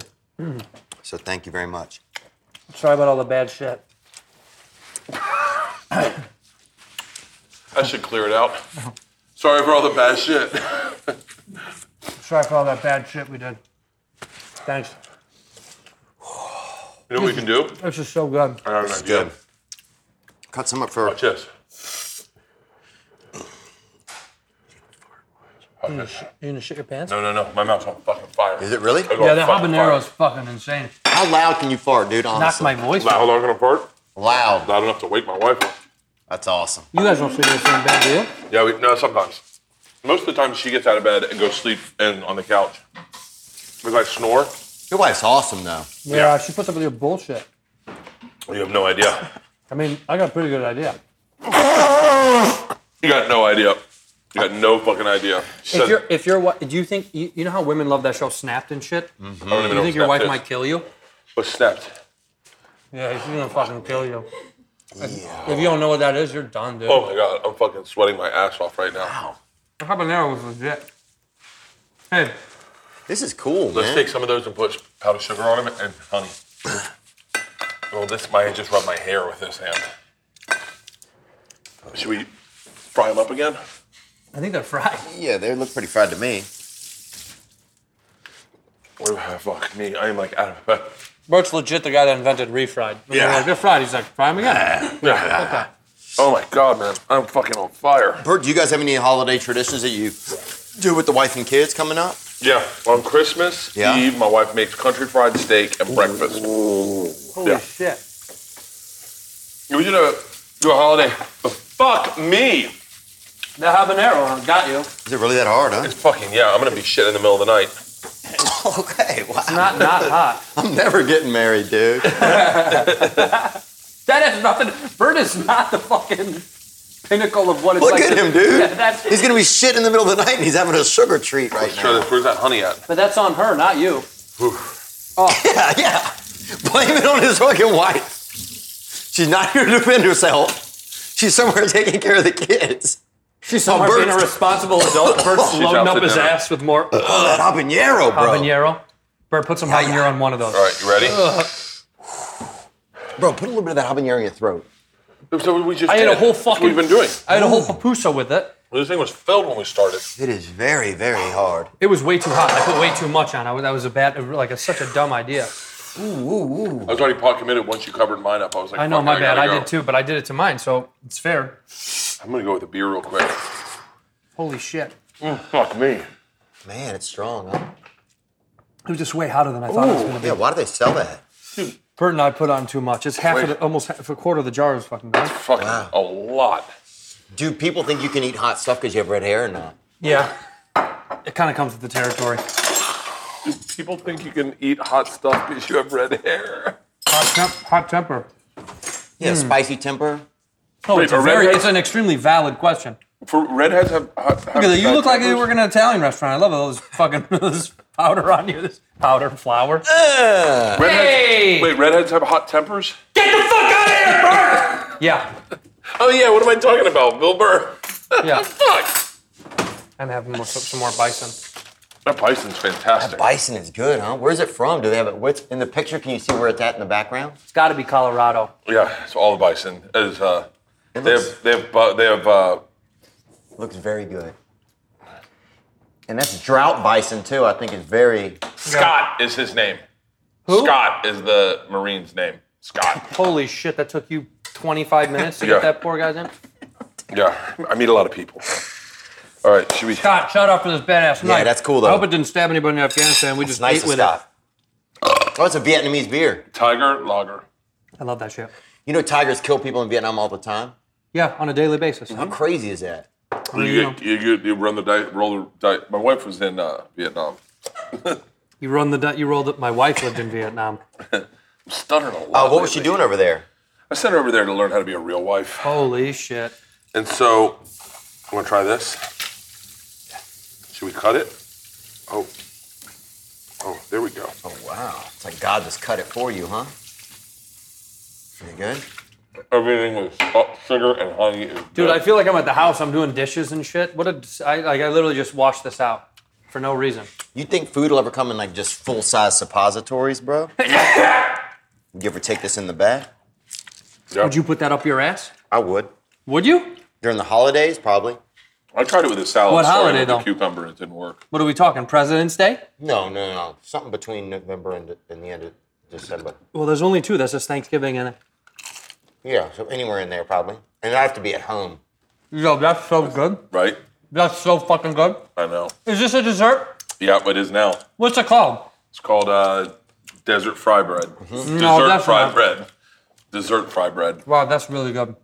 C: So thank you very much.
B: Sorry about all the bad shit.
A: I should clear it out. Sorry for all the bad shit.
B: Sorry for all that bad shit we did. Thanks.
A: You know what we can do?
B: This is so good.
A: I have an idea.
C: Cut some up for.
A: Watch this.
B: You gonna shit your pants?
A: No, no, no. My mouth's on fucking fire.
C: Is it really?
A: I go
B: Yeah,
A: on
B: that
A: fucking fire.
B: habanero's fucking insane.
C: How loud can you fart, dude?
B: Knocked
C: Honestly.
B: my voice.
A: Loud enough to fart?
C: Loud.
A: Loud enough to wake my wife up.
C: That's awesome.
B: You guys don't sleep in the same bed, do you?
A: Yeah, we, no, sometimes. Most of the time, she gets out of bed and goes sleep in on the couch. Because I snore.
C: Your wife's awesome, though.
B: Yeah, she puts up with your bullshit.
A: You have no idea.
B: I mean, I got a pretty good idea.
A: You got no idea. You got no fucking idea. She
B: If
A: says,
B: you're, if you're, what, do you think, you, you know how women love that show Snapped and shit?
A: I don't even
B: You
A: know
B: think
A: what
B: your
A: Snap
B: wife
A: is.
B: might kill you?
A: What's snapped?
B: Yeah, she's gonna fucking kill you. If you don't know what that is, you're done, dude.
A: Oh my god, I'm fucking sweating my ass off right now.
B: The habanero was legit. Hey,
C: This is cool,
A: Let's
C: man.
A: take some of those and put powdered sugar on them and honey. well, this might just rub my hair with this hand. Should we fry them up again?
B: I think they're fried.
C: yeah, they look pretty fried to me.
A: Or, ah, fuck me, I am like out of breath.
B: Bert's legit the guy that invented refried. When they're
A: Yeah.
B: Like, they're fried. He's like, fry 'em again.
A: Yeah.
B: Okay.
A: Oh my god, man, I'm fucking on fire.
C: Bert, do you guys have any holiday traditions that you do with the wife and kids coming up?
A: Yeah, on Christmas
C: Yeah.
A: Eve, my wife makes country fried steak and breakfast.
B: Holy
A: Yeah.
B: shit.
A: We did a do a holiday. Fuck me.
B: The habanero got you.
C: Is it really that hard, huh?
A: It's fucking yeah. I'm gonna be shit in the middle of the night.
C: okay, wow.
B: Not not hot.
C: I'm never getting married, dude.
B: That has nothing. Bert is not the fucking pinnacle of what it's
C: Look
B: like.
C: at
B: to-
C: him, dude.
B: Yeah, that's,
C: He's gonna be shit in the middle of the night, and he's having a sugar treat right
A: Sure,
C: now.
A: that's- where's that honey at?
B: but that's on her, not you.
C: Yeah, yeah. Blame it on his fucking wife. She's not here to defend herself. She's somewhere taking care of the kids.
B: She's somewhere
C: Bert-
B: being a responsible adult. Bert's
A: She's
B: loading
A: out
B: up
A: to
B: his
A: dinner.
B: ass with more
C: Oh, that habanero, bro.
B: habanero. Bert, put some
C: yeah.
B: habanero on one of those.
A: All right, you ready?
C: Bro, put a little bit of that habanero in your throat.
A: So what we just
B: I ate
A: did.
B: a whole
A: That's what
B: fucking-
A: We've been doing.
B: I had a whole papusa with it.
A: This thing was filled when we started.
C: It is very, very hard.
B: It was way too hot. I put way too much on. I was, that was a bad, like a, such a dumb idea.
A: I was already pot committed once you covered mine up. I was like,
B: I know,
A: fuck,
B: my bad.
A: gotta
B: I
A: go.
B: did too, but I did it to mine, so it's fair.
A: I'm gonna go with a beer real quick.
B: Holy shit.
A: Mm, Fuck me.
C: Man, it's strong, huh?
B: It was just way hotter than I thought it was going to be.
C: Yeah, why do they sell that?
B: Bert and I put on too much. It's half
A: Wait.
B: of the, almost half, a quarter of the jar is fucking gone.
A: Fucking a lot.
C: Do people think you can eat hot stuff because you have red hair or not?
B: Yeah. It kind of comes with the territory.
A: Do people think you can eat hot stuff because you have red hair?
B: Hot, temp- hot temper.
C: Yeah, spicy temper.
B: No,
A: Wait,
B: it's, a
A: a
B: very,
A: redhead-
B: it's an extremely valid question.
A: For redheads have hot. have
B: Look at that. You
A: bad
B: look like you
A: tempers?
B: work in an Italian restaurant. I love all this fucking this powder on you, this powder and flour.
C: Ugh.
A: Redheads,
B: Hey!
A: Wait, redheads have hot tempers?
B: Yeah.
A: Oh yeah, what am I talking about? Bill Burr.
B: Yeah.
A: Fuck.
B: And have more, some more bison.
A: That bison's fantastic.
C: Bison is good, huh? Where's it from? Do they have it? What's in the picture? Can you see where it's at in the background?
B: It's got to be Colorado.
A: yeah, it's all the bison. It is, uh,
C: It
A: they
C: looks,
A: have they have uh, they have uh,
C: looks very good. And that's drought bison too. I think is very.
A: Scott is his name. Scott is the Marine's name. Scott.
B: Holy shit, that took you 25 minutes to
A: Yeah.
B: get that poor guy's in?
A: Yeah, I meet a lot of people. All right, should we?
B: Scott, shut up for this badass
C: Yeah,
B: night.
C: that's cool, though.
B: I hope it didn't stab anybody in Afghanistan. We
C: It's
B: just
C: nice
B: ate
C: to
B: with
C: stop. Oh, it's a Vietnamese beer.
A: Tiger Lager.
B: it. I love that shit.
C: You know, tigers kill people in Vietnam all the time.
B: Yeah, on a daily basis.
C: How crazy is that?
A: You, get- you, you, you run the dice, roll the dice. My wife was in uh, Vietnam.
B: You run the di- you rolled it. My wife lived in Vietnam.
A: I'm stuttering a lot.
B: Uh,
C: Oh, what was she
A: lately.
C: doing over there?
A: I sent her over there to learn how to be a real wife.
B: Holy shit.
A: And so, I'm gonna try this. Should we cut it? Oh, oh, there we go.
C: Oh wow! It's like God just cut it for you, huh? You good?
A: Everything was oh, sugar and honey. Is
B: Dude,
A: good.
B: I feel like I'm at the house. I'm doing dishes and shit. What a, I, like, I literally just washed this out for no reason.
C: You think food will ever come in like just full size suppositories, bro? you ever take this in the bag?
A: Yeah.
B: Would you put that up your ass?
C: I would.
B: Would you?
C: During the holidays, probably.
A: I tried it with a salad.
B: What
A: sorry,
B: holiday,
A: with the
B: though?
A: Cucumber. It didn't work.
B: What are we talking? President's Day?
C: No, no, no. Something between November and, and the end of December.
B: Well, there's only two. That's just Thanksgiving and.
C: Yeah, so anywhere in there, probably. And I have to be at home.
B: Yo, that's so good.
A: Right?
B: That's so fucking good.
A: I know.
B: Is this a dessert?
A: Yeah, but it is now.
B: What's it called?
A: It's called uh, desert fry bread. Dessert
B: Mm-hmm. No, that's
A: fry
B: not-
A: bread. Dessert fry bread.
B: Wow, that's really good.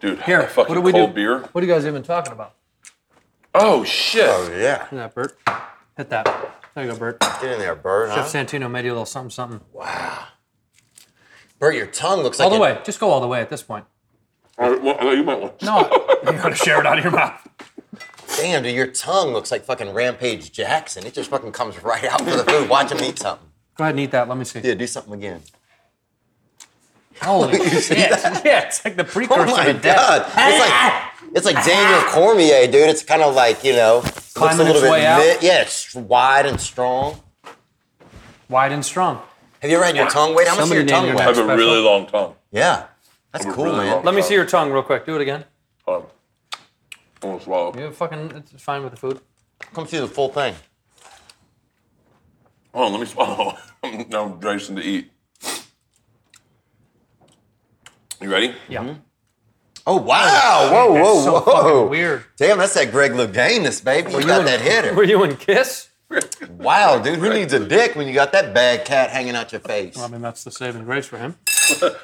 A: Dude,
B: Here,
A: a fucking
B: what do we
A: cold
B: do?
A: beer.
B: What are you guys even talking about?
A: Oh shit.
C: yeah.
B: Hit that, Bert. Hit that. There you go, Bert.
C: Get in there, Bert. Huh?
B: Chef Santino made you a little something, something.
C: Bert, your tongue looks
B: All
C: like
B: the
C: a-
B: way. Just go all the way at this point.
A: All right, well, I thought you might want.
B: No, you gotta share it out of your mouth.
C: Damn, dude, your tongue looks like fucking Rampage Jackson. It just fucking comes right out for the food. Watch him eat something.
B: Go ahead and eat that. Let me see.
C: Yeah, do something again.
B: Holy shit! Yeah, it's like the precursor
C: Oh my
B: to death.
C: god! It's like it's like Daniel Cormier, dude. It's kind of like you know, looks
B: Climbing
C: a
B: its
C: little bit
B: way out.
C: mi- yeah, it's wide and strong.
B: Wide and strong.
C: Have you ever had your tongue? Wait, how much of
B: Somebody
C: your tongue
B: named
A: I
C: weigh?
A: have
B: Special.
A: a really long tongue.
C: Yeah, that's
A: I'm
C: cool,
A: really
C: man.
A: wrong.
B: Let me see your tongue real quick. Do it again.
A: Um, I'm gonna swallow.
B: You fucking. It's fine with the food.
C: Come through the full thing.
A: Hold on, let me swallow. now I'm racing to eat. You ready?
B: Yeah.
C: Oh wow! Whoa, whoa,
B: That's so
C: whoa!
B: fucking weird.
C: Damn, that's that Greg Louganis, baby. You got that hitter.
B: Were you in Kiss?
C: Wow, dude, who needs a dick when you got that bad cat hanging out your face?
B: I mean, that's the saving grace for him.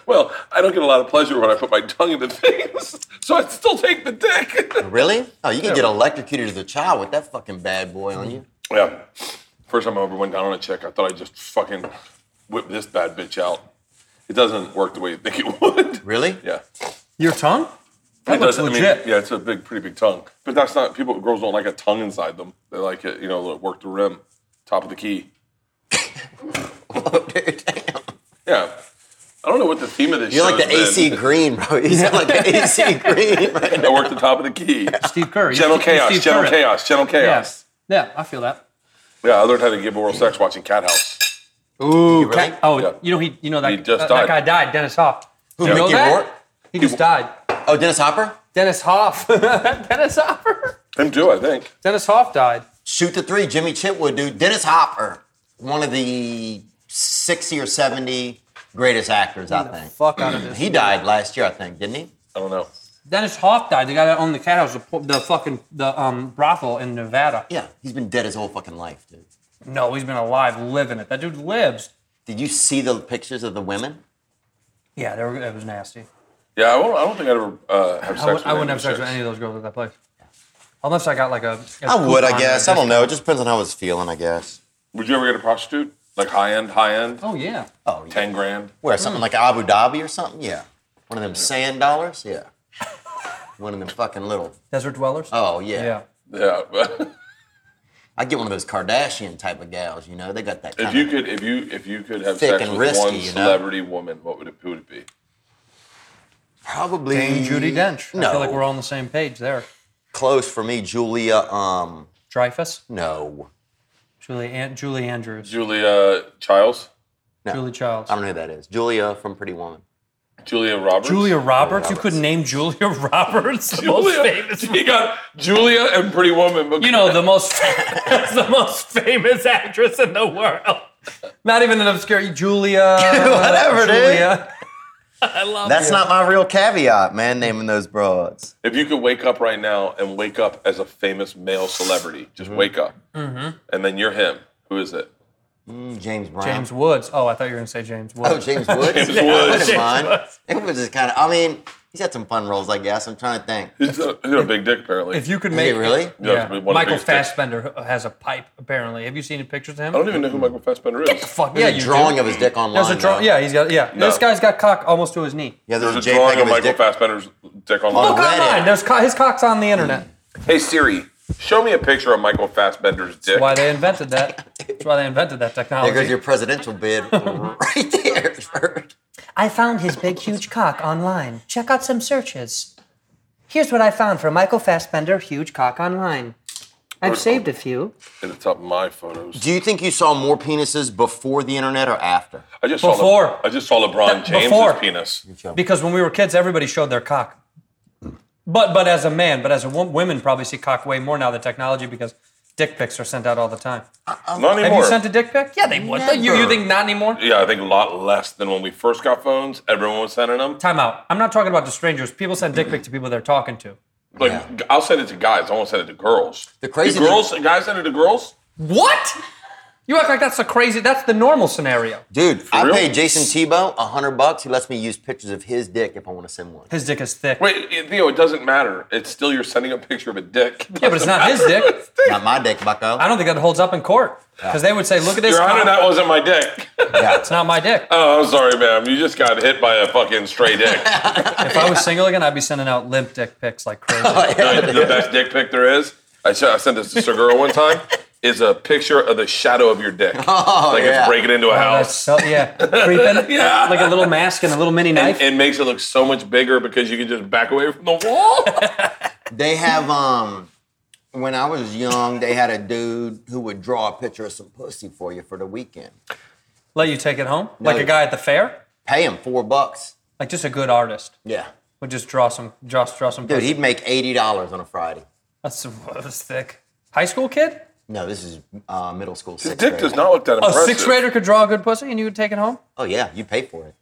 A: Well, I don't get a lot of pleasure when I put my tongue in the things, so I still take the dick.
C: Really? Oh, you can get electrocuted as a child with that fucking bad boy on you.
A: yeah. First time I ever went down on a chick, I thought I'd just fucking whip this bad bitch out. It doesn't work the way you think it would.
C: Really?
A: Yeah.
B: Your tongue?
A: It does, I mean,
B: legit.
A: yeah, it's a big, pretty big tongue. But that's not people. Girls don't like a tongue inside them. They like it, you know, work the rim, top of the key.
C: Whoa, Oh, dude, damn.
A: Yeah. I don't know what the theme of this.
C: You're
A: show
C: like the
A: has
C: AC
A: been.
C: Green, bro. He's got like the AC Green. Right
A: I
C: now.
A: work the top of the key.
B: Steve Curry. You're
A: General
B: Steve- you're
A: chaos.
B: Steve
A: General
B: Curry.
A: chaos. General chaos.
B: Yes. Yeah, I feel that.
A: Yeah, I learned how to give oral sex watching Cat House.
B: Ooh,
C: really?
B: Cat- oh,
A: Yeah.
B: you know he, you know that,
A: He just
B: uh,
A: died.
B: that guy died. Dennis Hoff. Who you know
C: Mickey
B: that?
C: Rourke?
B: He just died.
C: Oh, Dennis Hopper?
B: Dennis Hoff. Dennis Hopper.
A: Him too, I think.
B: Dennis Hoff died.
C: Shoot the three, Jimmy Chitwood, dude. Dennis Hopper, one of the 60 or 70 greatest actors, I think.
B: Fuck out of this.
C: He died last year, I think, didn't he?
A: I don't know.
B: Dennis Hoff died. The guy that owned the cat house, the, po- the fucking the um, brothel in Nevada.
C: Yeah, he's been dead his whole fucking life, dude.
B: No, he's been alive, living it. That dude lives.
C: Did you see the pictures of the women?
B: Yeah, they were, it was nasty.
A: Yeah, I, won't, I don't think I'd ever uh, have sex.
B: I, would,
A: with
B: I wouldn't
A: any
B: have
A: of
B: sex
A: the
B: with any
A: chicks.
B: of those girls at that place. Unless I got like a. a
C: I would, I
B: coupon
C: guess.
B: or
C: I don't know. It just depends on how I was feeling, I guess.
A: Would you ever get a prostitute? Like high end, high end,
B: Oh yeah.
C: Oh, yeah.
A: ten grand.
C: Where, something like Abu Dhabi or something? Yeah. One of them sand dollars? Yeah. one of them fucking little.
B: Desert dwellers.
C: Oh, yeah.
B: yeah.
A: Yeah.
C: I get one of those Kardashian type of gals, you know? They got that kind
A: if
C: of.
A: you could, if you if you could have
C: Thick
A: sex
C: and
A: with
C: risky,
A: one
C: you know?
A: celebrity woman, what would it who would it be?
C: probably.
B: Dame Judy Dench.
C: No.
B: I feel like we're all on the same page there.
C: Close for me, Julia. Um,
B: Dreyfus,
C: no.
B: Julie, An- Julie Andrews,
A: Julia Childs,
C: no.
B: Julie Childs,
C: I don't know who that is. Julia from Pretty Woman.
A: Julia Roberts,
B: Julia Roberts. You couldn't name Julia Roberts, the most famous.
A: He got Julia and Pretty Woman. But
B: You know, the most that's the most famous actress in the world. Not even an obscure Julia.
C: Whatever, dude.
B: Julia. I love
C: That's
B: you.
C: not my real caveat, man, naming those broads.
A: if you could wake up right now and wake up as a famous male celebrity, just wake up, mm-hmm. and then you're him. Who is it?
C: James Brown.
B: James Woods. Oh, I thought you were gonna say James Woods.
C: Oh, James Woods.
A: James
C: I wouldn't
A: Woods.
C: mind. It was just kind of, I mean, he's had some fun roles, I guess. I'm trying to think.
A: He's a, he's a big dick, apparently.
B: If you could
C: Hey,
B: make
C: really?
A: Yeah,
B: yeah.
A: it's one of the
B: Michael
A: biggest dicks.
B: Fassbender has a pipe. Apparently, have you seen pictures of him?
A: I don't even know who Michael Fassbender is.
B: Fuck yeah,
C: There's
B: you
C: a drawing
B: do.
C: of his dick online.
B: There's a draw.
C: now.
B: Yeah, he's got yeah.
A: No.
B: This guy's got cock almost to his knee.
C: Yeah, there's,
A: There's
C: a,
A: a
C: JPEG
A: drawing
C: of
A: of
C: his
A: Michael
C: dick.
A: Fassbender's dick on
C: Oh,
B: Look
A: the
C: Reddit.
B: online. There's co- his cock's on the internet.
A: Hey Siri, show me a picture of Michael Fassbender's dick.
B: Why they invented that? That's why they invented that
C: There goes
B: technology.
C: your presidential bid right there. Bert.
F: I found his big, huge cock online. Check out some searches. Here's what I found for Michael Fassbender, huge cock online. I've saved a few.
A: In the top of my photos.
C: Do you think you saw more penises before the internet or after?
A: I just saw.
B: Before.
A: Le- I just saw LeBron
B: That-
A: James's
B: before.
A: penis.
B: Because when we were kids, everybody showed their cock. But but as a man, but as a woman, women probably see cock way more now. The technology because dick pics are sent out all the time.
A: Not
B: Have you
A: anymore.
B: sent a dick pic? Yeah, they would. But You, you think not anymore?
A: yeah, I think a lot less than when we first got phones. Everyone was sending them.
B: Time out. I'm not talking about to strangers. People send dick pic to people they're talking to.
A: Like I'll send it to guys. I won't send it to girls.
C: The crazy
A: Do girls. guys send it to girls.
B: What? You act like that's the crazy. That's the normal scenario.
C: Dude, I
A: real?
C: paid Jason Tebow a hundred bucks. He lets me use pictures of his dick if I want to send one.
B: His dick is thick.
A: Wait, it- Theo, it doesn't matter. It's still you're sending a picture of a dick.
B: Yeah, but it's not his dick.
C: Not my dick, Bucko.
B: I don't think that holds up in court because they would say, "Look at this,
A: Your Honor,
B: cock.
A: that wasn't my dick.
C: Yeah.
B: it's not my dick."
A: oh, I'm sorry, ma'am. You just got hit by a fucking stray dick.
B: if I was single again, I'd be sending out limp dick pics like crazy.
A: the, the best dick pic there is. I, sh- I sent this to Segura one time. Is a picture of the shadow of your dick, like
C: Oh, yeah.
A: it's breaking into a
B: That's
A: house.
B: so, yeah, creeping.
A: Yeah.
B: like a little mask and a little mini knife.
A: It makes it look so much bigger because you can just back away from the wall.
C: They have um when I was young, they had a dude who would draw a picture of some pussy for you for the weekend.
B: Let you take it home, like a guy at the fair,
C: Pay him four bucks.
B: like just a good artist
C: Yeah.
B: would just draw some, just draw some.
C: Dude,
B: pussy.
C: he'd make eighty dollars on a Friday.
B: that's, that's thick. High school kid,
C: No, this is uh, middle school.
A: His
C: Sixth
A: dick
C: grade.
A: does not look that
B: a
A: impressive.
B: sixth grader could draw a good pussy, and you would take it home.
C: Oh yeah, you pay for it.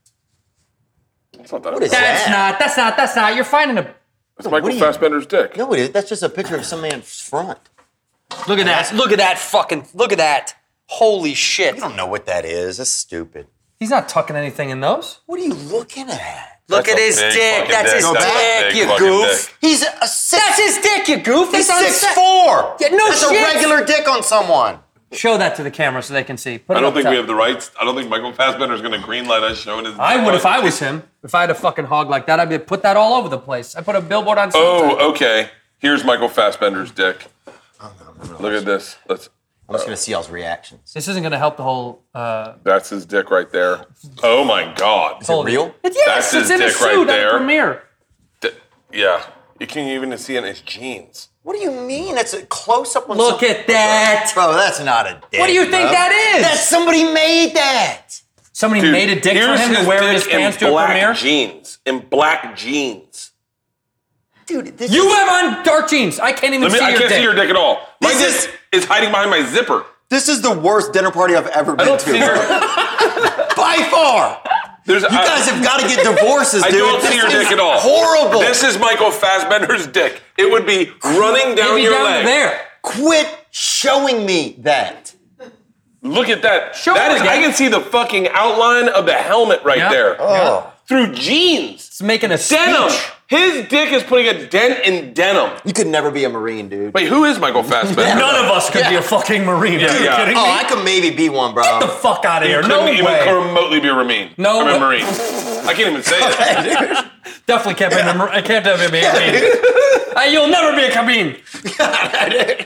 A: It's not that
C: What is
A: impressive.
B: That's
C: Yeah.
B: not. That's not. That's not. You're finding a.
A: It's Michael
C: What do you-
A: Fassbender's dick.
C: No, it is. That's just a picture of some man's front.
B: Look at that. Look at that fucking. Look at that. Holy shit.
C: You don't know what that is. That's stupid.
B: He's not tucking anything in those.
C: What are you looking at?
B: Look
A: That's
B: at
A: a
B: his
A: big
B: dick.
A: fucking
B: That's
A: dick.
B: his
A: No,
B: dick,
A: that's a big
B: you
A: fucking
B: goof.
A: dick.
C: He's a six.
B: That's his dick, you goof.
C: he's
B: It's on
C: six
B: set.
C: four.
B: Yeah, no
C: that's
B: shit.
C: a regular dick on someone.
B: Show that to the camera so they can see. Put it
A: I
B: up
A: don't think
B: top.
A: we have the rights. I don't think Michael Fassbender's going to greenlight us showing his.
B: I would if I was him. If I had a fucking hog like that, I'd be put that all over the place. I put a billboard on. Sunset.
A: Oh, okay. Here's Michael Fassbender's dick. Look at this. Let's.
C: I'm just gonna see y'all's reactions. Is
B: This isn't going to help the whole. Uh,
A: That's his dick right there. Oh my God.
C: it real?
A: That's
B: yes,
A: his
B: it's in a
A: dick right
B: suit at
A: there.
B: the premiere.
A: D- yeah. You can even see it in his jeans.
C: What do you mean? That's a close up on.
B: Look
C: some-
B: at that.
C: bro. That's not a dick.
B: What do you think
C: bro.
B: that is?
C: That somebody made that.
B: Somebody
A: Dude,
B: made a dick for
A: here's
B: him to
A: his
B: wear in
A: dick
B: his pants
A: in
B: to a
A: black
B: premiere.
A: jeans. In black jeans.
C: Dude, this
B: You
C: is,
B: have on dark jeans. I can't even
A: Let me,
B: see,
A: I
B: your
A: can't
B: dick.
A: see your dick at all. My
C: This
A: dick
C: is-
A: is, hiding behind my zipper.
C: this is the worst dinner party I've ever
A: I
C: been
A: don't
C: to.
A: see your.
C: By far.
A: There's,
C: You guys have got to get divorces,
A: I
C: dude.
A: don't
C: This
A: see your
C: is
A: dick at all.
C: Horrible.
A: This is Michael Fassbender's dick. It would be running down
B: Maybe
A: your
B: down
A: leg.
B: to there.
C: Quit showing me that.
A: Look at that.
B: Show
A: that
B: her
A: is.
B: again.
A: I can see the fucking outline of the helmet right
B: Yeah.
A: there
C: Oh.
A: through jeans.
B: It's making a
A: Denim.
B: speech.
A: His dick is putting a dent in denim.
C: You could never be a Marine, dude.
A: Wait, who is Michael Fassbender?
B: None of us could be a fucking marine. Are you
A: yeah.
B: kidding me?
C: oh, I could maybe be one, bro.
B: Get the fuck out of here.
A: Couldn't
B: No
A: even
B: way.
A: remotely be a Marine.
B: No
A: I'm
B: way.
A: a Marine. I can't even say it.
B: Definitely can't be a mar- I can't definitely be a marine. Uh, you'll never be a cabine.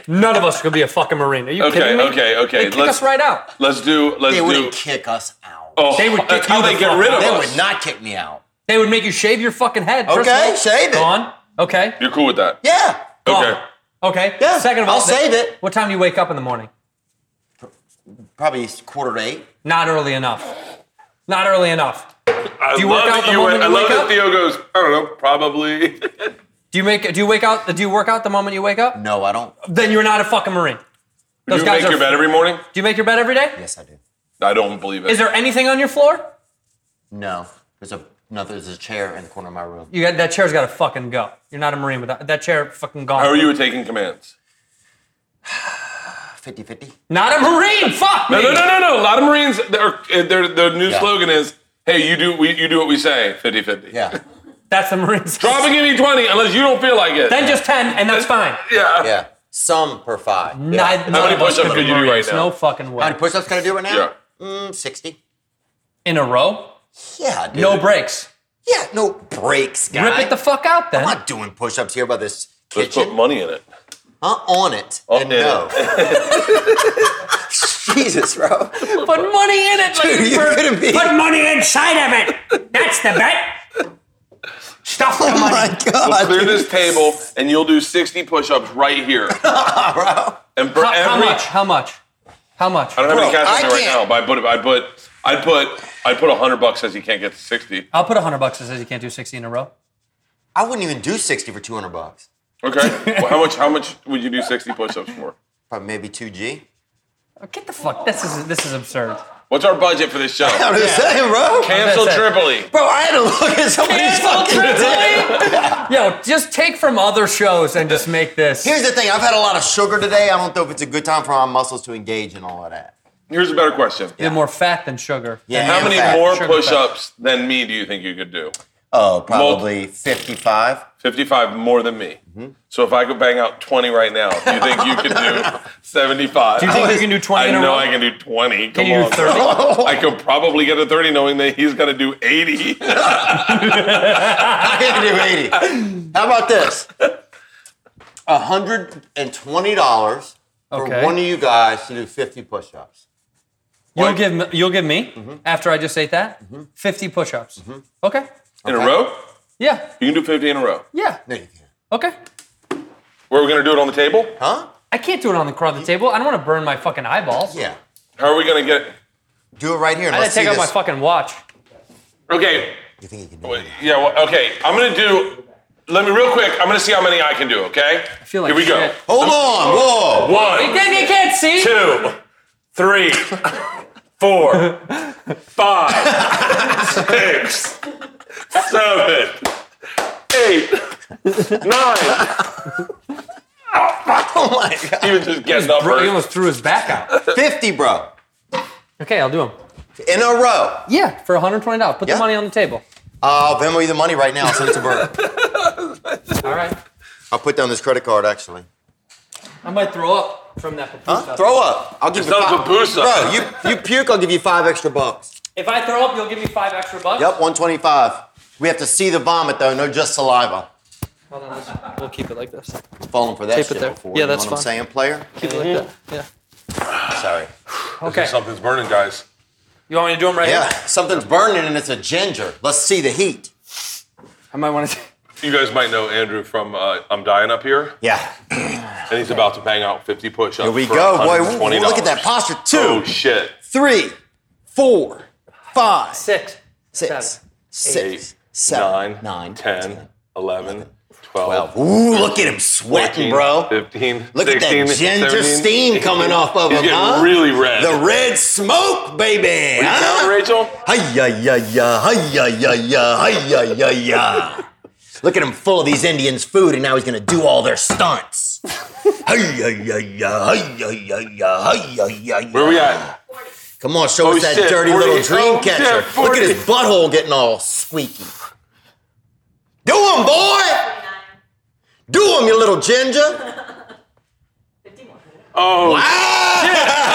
B: None of us could be a fucking marine. Are you
A: Okay,
B: kidding me?
A: okay, okay.
B: They kick
A: Let's-
B: us right out.
A: Let's do. Let's
C: they
A: do.
C: wouldn't kick us out.
A: Oh,
B: They would
A: that's
B: kick
A: how
B: you
A: they
B: the
A: get
B: fuck
A: rid of
B: out.
C: they
A: us.
C: would not kick me out.
B: They would make you shave your fucking head. First
C: Okay,
B: of all.
C: shave it.
B: Gone. Okay.
A: You're cool with that?
C: Yeah.
A: Okay.
B: Okay.
C: Yeah,
B: Second of all,
C: I'll save it.
B: What time do you wake up in the morning?
C: Probably quarter to eight.
B: Not early enough. Not early enough.
A: I
B: Do you
A: love
B: work out
A: that
B: the
A: you
B: moment
A: went- I
B: you
A: love
B: wake
A: that
B: up?
A: Theo goes. I don't know. Probably.
B: Do you make? Do you wake out? Do you work out the moment you wake up?
C: No, I don't.
B: Then you're not a fucking marine. Those
A: you
B: guys
A: make
B: are-
A: your bed every morning?
B: Do you make your bed every day?
C: Yes, I do.
A: I don't believe it.
B: Is there anything on your floor?
C: No. There's a no. There's a chair in the corner of my room.
B: You got that chair's got to fucking go. You're not a marine without that chair. Fucking gone.
A: How are you at taking commands?
C: 50-50.
B: Not a marine. Fuck
A: No,
B: me.
A: no, no, no, no. A lot of Marines, their their their new
C: Yeah.
A: slogan is, "Hey, you do we, you do what we say, 50-50.
C: Yeah.
B: That's the marines.
A: Drop a guinea twenty unless you don't feel like it.
B: Then just ten, and that's fine.
A: yeah.
C: Yeah. Some per
B: Mm.
C: five. Yeah.
B: Neither-
A: How many
B: none of us
A: push-ups
B: could
A: could
B: be
A: you do
B: marines.
A: right now?
B: No fucking
C: How
B: way.
C: many push-ups can I do right now?
A: Yeah.
C: Mm, Sixty.
B: In a row.
C: Yeah, dude.
B: No breaks.
C: Yeah, no breaks, guy.
B: Rip it the fuck out then.
C: I'm not doing push-ups here by this
A: Let's put
C: kitchen.
A: Oh, money in it.
C: Huh? On it.
A: On
C: and
A: it.
C: no. Jesus, bro. Oh
B: Put money in it. like
C: Dude,
B: it's
C: you're
B: for-
C: gonna be-
B: Put money inside of it. That's the bet. Stuff the
C: Oh
B: money.
C: my god.
A: We'll clear
C: dude.
A: this table and you'll do sixty push-ups right here. And for
B: How, how
A: every,
B: much? How much? How much?
A: I don't have any
C: Bro,
A: cash
C: I
A: on me right now,
C: can't-
A: but I put I put I put I put hundred bucks says he can't get to sixty.
B: I'll put a hundred bucks that says you can't do sixty in a row.
C: I wouldn't even do 60 for 200 bucks.
A: Okay. well, how much how much would you do sixty push-ups for?
C: Probably maybe 2G.
B: Oh, Get the fuck. This is this is absurd.
A: What's our budget for this show?
C: I'm just saying, bro.
A: Cancel
B: That's it.
A: Tripoli.
C: Bro, I had to look at somebody's fucking dick.
B: Yo, just take from other shows and just make this.
C: Here's the thing, I've had a lot of sugar today. I don't know if it's a good time for my muscles to engage in all of that.
A: Here's a better question.
B: You're more fat than sugar.
C: Yeah,
A: How
C: and
A: many
C: fat.
A: more
B: Sugar fat.
A: push-ups than me do you think you could do?
C: Oh, probably 55.
A: 55 more than me.
C: Mm-hmm.
A: So if I could bang out 20 right now, do you think you could do 75?
B: Do you
C: Oh,
B: think you can do twenty
A: I
B: in a
A: know
B: row?
A: I can do 20. Come
B: you do
A: on.
B: 30?
A: I could probably get a 30 knowing that he's got to do 80.
C: I can do 80. How about this? $120 for
B: Okay.
C: one of you guys to do 50 push ups.
B: You'll give me, you'll give me
C: Mm-hmm.
B: after I just ate that fifty push-ups. Okay.
A: In a row?
B: Yeah.
A: You can do 50 in a row.
B: Yeah.
C: No, you can't.
B: Okay.
A: We're going to do it on the table?
C: Huh?
B: I can't do it on the on the table. I don't want to burn my fucking eyeballs.
C: Yeah.
A: How are we going to get
C: Do it right here. And
B: I gotta
C: let's see
B: take out my
C: this.
B: fucking watch.
A: Okay.
C: You think you can do
A: Wait,
C: it?
A: Yeah, well, okay. I'm going to do Let me real quick. I'm going to see how many I can do, okay? I
B: feel like
A: Here we
B: shit. Oh,
C: Hold on. Whoa.
A: go. One.
B: Then you can't see.
A: two, three, four, five, six, seven, eight, nine.
C: Oh my god.
A: Even just getting up.
B: Bro, he
A: early.
B: almost threw his back out.
C: 50, bro.
B: Okay, I'll do them.
C: In a row.
B: Yeah, for $120. Put
C: Yeah.
B: the money on the table.
C: I'll Venmo you the money right now. I'll send it to Bert.
B: All right.
C: I'll put down this credit card, actually.
B: I might throw up from that papoose
C: Huh?
B: stuff.
C: Throw up. I'll give
A: It's
C: you
A: not
C: five.
A: pupusa.
C: Bro, you, you puke, I'll give you five extra bucks.
B: If I throw up, you'll give me five extra bucks.
C: Yep, 125. We have to see the vomit, though, no just saliva.
B: Hold on, let's- we'll keep it like this.
C: Fallen for that
B: Tape it
C: shit
B: there.
C: before.
B: Yeah,
C: you
B: that's
C: know what
B: fine.
C: I'm saying, player?
B: Keep it like that. Yeah.
C: Sorry. Mm-hmm.
B: Okay.
A: Something's burning, guys.
B: You want me to do them right
C: Yeah,
B: here?
C: something's burning and it's a ginger. Let's see the heat.
B: I might want to.
A: You guys might know Andrew from uh, I'm Dying Up Here,
C: Yeah.
A: and he's about to bang out 50 push ups.
C: Here we go, boy. Ooh,
A: $120.
C: Look at that posture. Two,
A: Oh, shit.
C: three, four, five,
B: Six.
C: six, six,
A: Eight,
C: seven,
A: nine,
C: nine,
A: 10,
C: ten,
A: 11, 12,
C: twelve. Ooh, look at him
A: 14,
C: sweating, bro.
A: 15,
C: Look at that
A: 16, 17,
C: ginger steam coming off of
A: He's
C: him,
A: getting
C: huh?
A: really red.
C: The red smoke, baby.
A: You
C: huh?
A: down, Rachel?
C: Hiya, ya, ya, hiya, ya, ya, hiya, ya, ya. Look at him full of these Indians' food, and now he's gonna do all their stunts. Hiya, ya, ya, hiya, ya, ya, hiya, ya, ya.
A: Where we at?
C: Come on, show
A: Oh,
C: us that
A: shit,
C: dirty
A: 40.
C: little dream
A: Oh, shit,
C: catcher. Look
A: 40.
C: at his butthole getting all squeaky. Do him, boy!
D: 49,
C: Do him, you little ginger!
D: 51.
A: Oh,
C: Ah!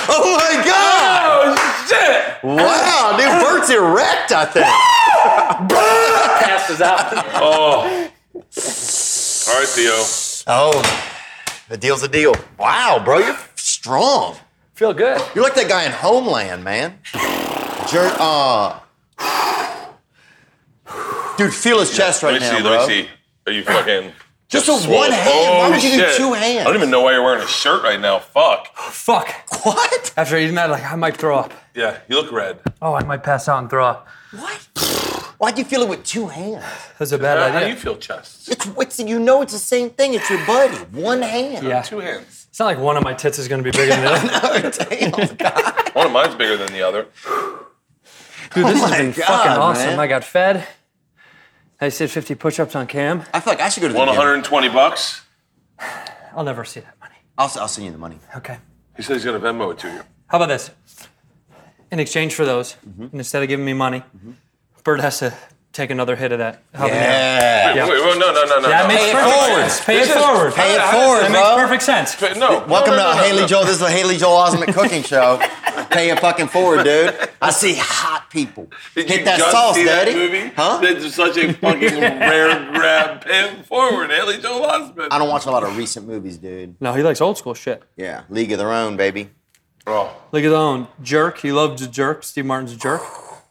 C: Oh my god!
A: oh, shit.
C: Wow, dude, Bert's erect, I think.
B: Passes out.
A: Oh. All right, Theo.
C: Oh, the deal's a deal. Wow, bro, you're strong.
B: Feel good.
C: You're like that guy in Homeland, man. Jer- uh, dude, feel his chest right
A: Let me
C: now,
A: see.
C: bro.
A: Let me see. Are you fucking.
C: Just with
A: swole?
C: one hand?
A: Oh,
C: Why would you do
A: shit.
C: two hands?
A: I don't even know why you're wearing a shirt right now. Fuck.
B: Fuck.
C: What?
B: After eating that, like I might throw up.
A: Yeah, you look red.
B: Oh, I might pass out and throw up.
C: What? Why'd you feel it with two hands?
B: That's a bad
A: How, how do
B: idea.
A: you feel, chest?
C: It's, it's you know it's the same thing. It's your buddy. One hand.
B: yeah.
A: Two hands.
B: It's not like one of my tits is gonna be bigger than the other.
C: Damn.
A: One of mine's bigger than the other.
B: Dude, this
C: Oh my
B: has been
C: God,
B: fucking awesome.
C: man.
B: I got fed. I did 50 push-ups on cam.
C: I feel like I should go to the
A: One
C: gym.
A: 120 bucks.
B: I'll never see that money.
C: I'll, I'll send you the money.
B: Okay.
A: He said he's gonna Venmo it to you.
B: How about this? In exchange for those, and
C: Mm-hmm.
B: instead of giving me money, Bert has to take another hit of that. habanero.
C: Yeah.
B: Yeah.
A: Wait, well, no, no, no, no. no.
B: That
A: oh,
B: makes
C: Pay it
B: perfect
C: forward.
B: sense. Pay it
A: This is-
B: forward.
C: Pay it
A: How- how-
C: forward,
B: that
C: bro.
B: makes perfect sense.
A: But no.
C: Welcome
A: no, no,
C: to
A: no,
C: Haley
A: no.
C: Joel. This is the Haley Joel Osment cooking show. Pay it fucking forward, dude. I see hot people.
A: Did
C: Hit
A: you
C: that
A: just
C: sauce,
A: see
C: daddy.
A: That movie?
C: Huh?
A: That's such a fucking rare grab. Pin forward, Haley Joel Osment.
C: I don't watch a lot of recent movies, dude.
B: No, he likes old school shit.
C: Yeah, League of Their Own, baby.
A: Oh,
B: Look at that own jerk. He loved the jerk. Steve Martin's a jerk.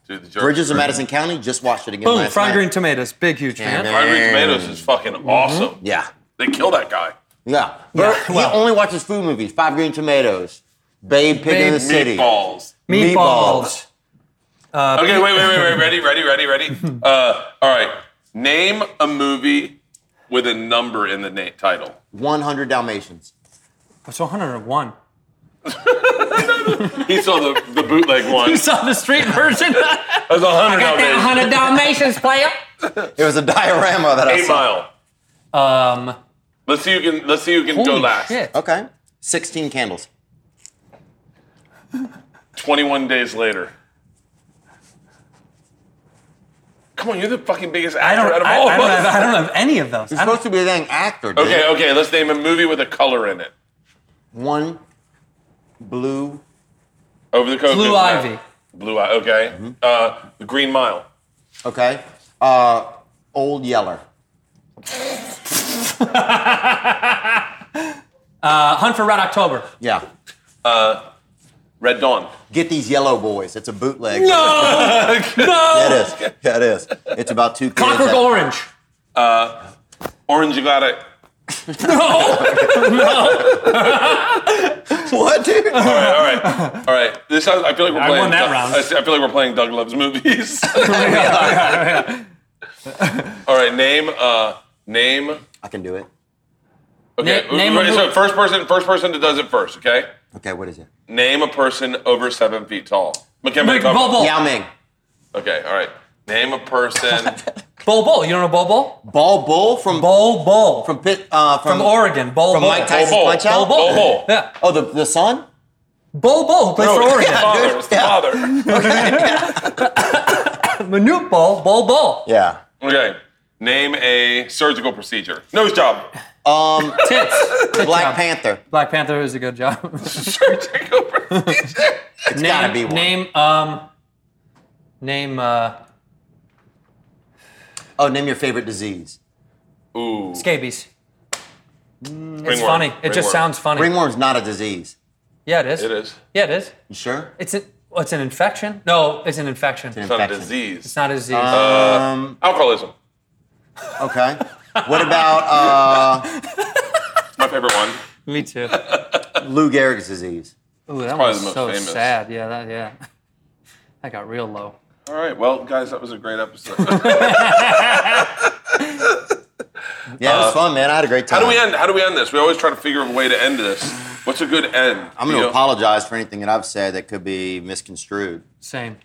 A: dude, the jerk.
C: Bridges of Madison County. Just watched it again
B: Boom.
C: last
B: Fried
C: night.
B: green tomatoes. Big huge
C: Yeah,
B: fan.
C: man.
A: Fried Green Tomatoes is fucking
C: Mm-hmm.
A: awesome.
C: Yeah.
A: They kill that guy.
C: Yeah.
B: Yeah,
C: Bert,
B: well-
C: he only watches food movies. Five Green Tomatoes, Babe, Pig in
B: Babe,
C: the City.
A: Meatballs.
B: Meatballs.
A: Okay, wait, wait, wait, wait. Ready, ready, ready, ready. Uh, all right. Name a movie with a number in the na- title.
C: 100 Dalmatians.
B: What's 101?
A: He saw the, the bootleg one.
B: You
A: That's
B: saw the street version? Got
A: a hundred out
B: that
A: there.
B: 100 Dalmatians player.
C: It was a diorama that I
A: Eight
C: saw.
A: mile.
B: Um,
A: Let's see who can. Let's see who can go
B: holy
A: last.
B: shit.
C: Okay. 16 candles.
A: Twenty-one days later. Come on, you're the fucking biggest
B: I
A: actor
B: don't,
A: out of
B: I,
A: all
B: I
A: of
B: don't,
A: us.
B: have, I don't have any of those.
C: You're
B: I don't-
C: supposed to be a dang actor, dude.
A: Okay, okay. Let's name a movie with a color in it.
C: One blue.
A: Over the coast.
B: Blue
A: isn't it?
B: Ivy.
A: Blue Ivy. Okay. Uh, the Green Mile.
C: Okay. Uh, old Yeller.
B: Uh, Hunt for Red October.
C: Yeah.
A: Red Dawn.
C: Get these yellow boys. It's a bootleg.
B: No!
C: That
B: no!
C: is. That is. It's about two kids.
B: Clockwork
C: that-
B: Orange.
A: Orange you got it.
C: What, dude?
A: All right, all right, all right. This sounds, I feel like we're
B: I
A: playing.
B: won that
A: Doug-
B: round. Oh,
A: I s- I feel like we're playing Doug Loves Movies. all right, name, uh, name.
C: I can do it.
A: Okay,
B: Na- name a
A: right,
B: mo-
A: so first person, first person that does it first. Okay,
C: Okay, what is it?
A: name a person over seven feet tall. McKenna
B: Big Bubble.
C: Yao Ming.
A: Okay, all right. Name a person.
B: Bull Bull. You don't know Bull Bull?
C: Ball Bull from
B: Bull Bull.
C: from Pit uh, from,
B: From Oregon. Bull
C: from
B: Bull.
C: Mike Tyson's
A: Bull Bull.
C: punch out.
B: Bull
A: Bull Bull.
B: Yeah.
C: Oh, the the son.
B: Bull Bull who plays
A: No,
B: for
A: it's the
B: Oregon.
A: father. It's the father.
B: Manute Bull. Bull Bull.
C: Yeah.
A: Okay. Name a surgical procedure. Nose job.
C: Um,
B: Tits. Good
C: Black
B: job.
C: Panther.
B: Black Panther is a good job.
A: Surgical procedure.
C: It's
B: name,
C: gotta be one.
B: Name, um, name, uh,
C: Oh, name your favorite disease.
A: Ooh.
B: scabies. It's
A: Ringworm.
B: funny. It just
A: Ringworm.
B: sounds funny.
C: Ringworm's not a disease.
B: Yeah, it is.
A: It is.
B: Yeah, it is.
C: You sure?
B: It's an, well, it's an infection. No, it's an infection.
C: It's
A: It's not a
C: infection.
A: disease.
B: It's not a disease.
C: Um.
A: Alcoholism.
C: Okay. What about
A: It's my favorite one.
B: Me too.
C: uh, Lou Gehrig's disease?
B: Ooh, that
A: probably
B: was
A: the most
B: so
A: famous.
B: sad. Yeah, that, yeah. That got real low.
A: All right. Well, guys, that was a great episode.
C: Yeah, it was
B: Uh,
C: fun, man. I had a great time.
A: How do we end? How do we end this? We always try to figure a way to end this. What's a good end?
C: I'm
A: You
C: going to
A: know?
C: apologize for anything that I've said that could be misconstrued.
B: Same.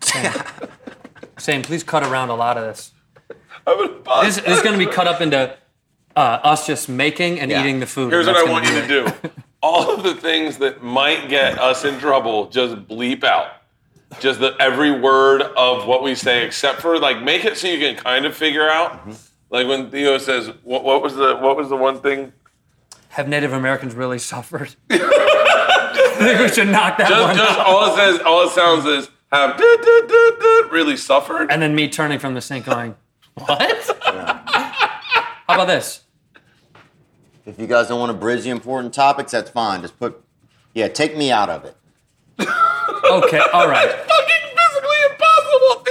B: Same. Same. Please cut around a lot of this.
A: I would apologize.
B: This, this is going to be cut up into uh, us just making and
C: Yeah.
B: eating the food.
A: Here's
B: and
A: what I
B: that's
A: want you
B: gonna
A: to do. All of the things that might get us in trouble, just bleep out. Just the every word of what we say, except for like make it so you can kind of figure out.
B: Mm-hmm.
A: Like when Theo says, what, "What was the what was the one thing?"
B: be- Have Native Americans really suffered? I think we should knock that one
A: Just, just
B: out.
A: all it says, all it sounds is have duh, duh, duh, duh, really suffered.
B: And then me turning from the sink going, what? How about this?
C: If you guys don't want to bridge the important topics, that's fine. Just put, yeah, take me out of it.
B: Okay, all right.
A: Fucking physically impossible,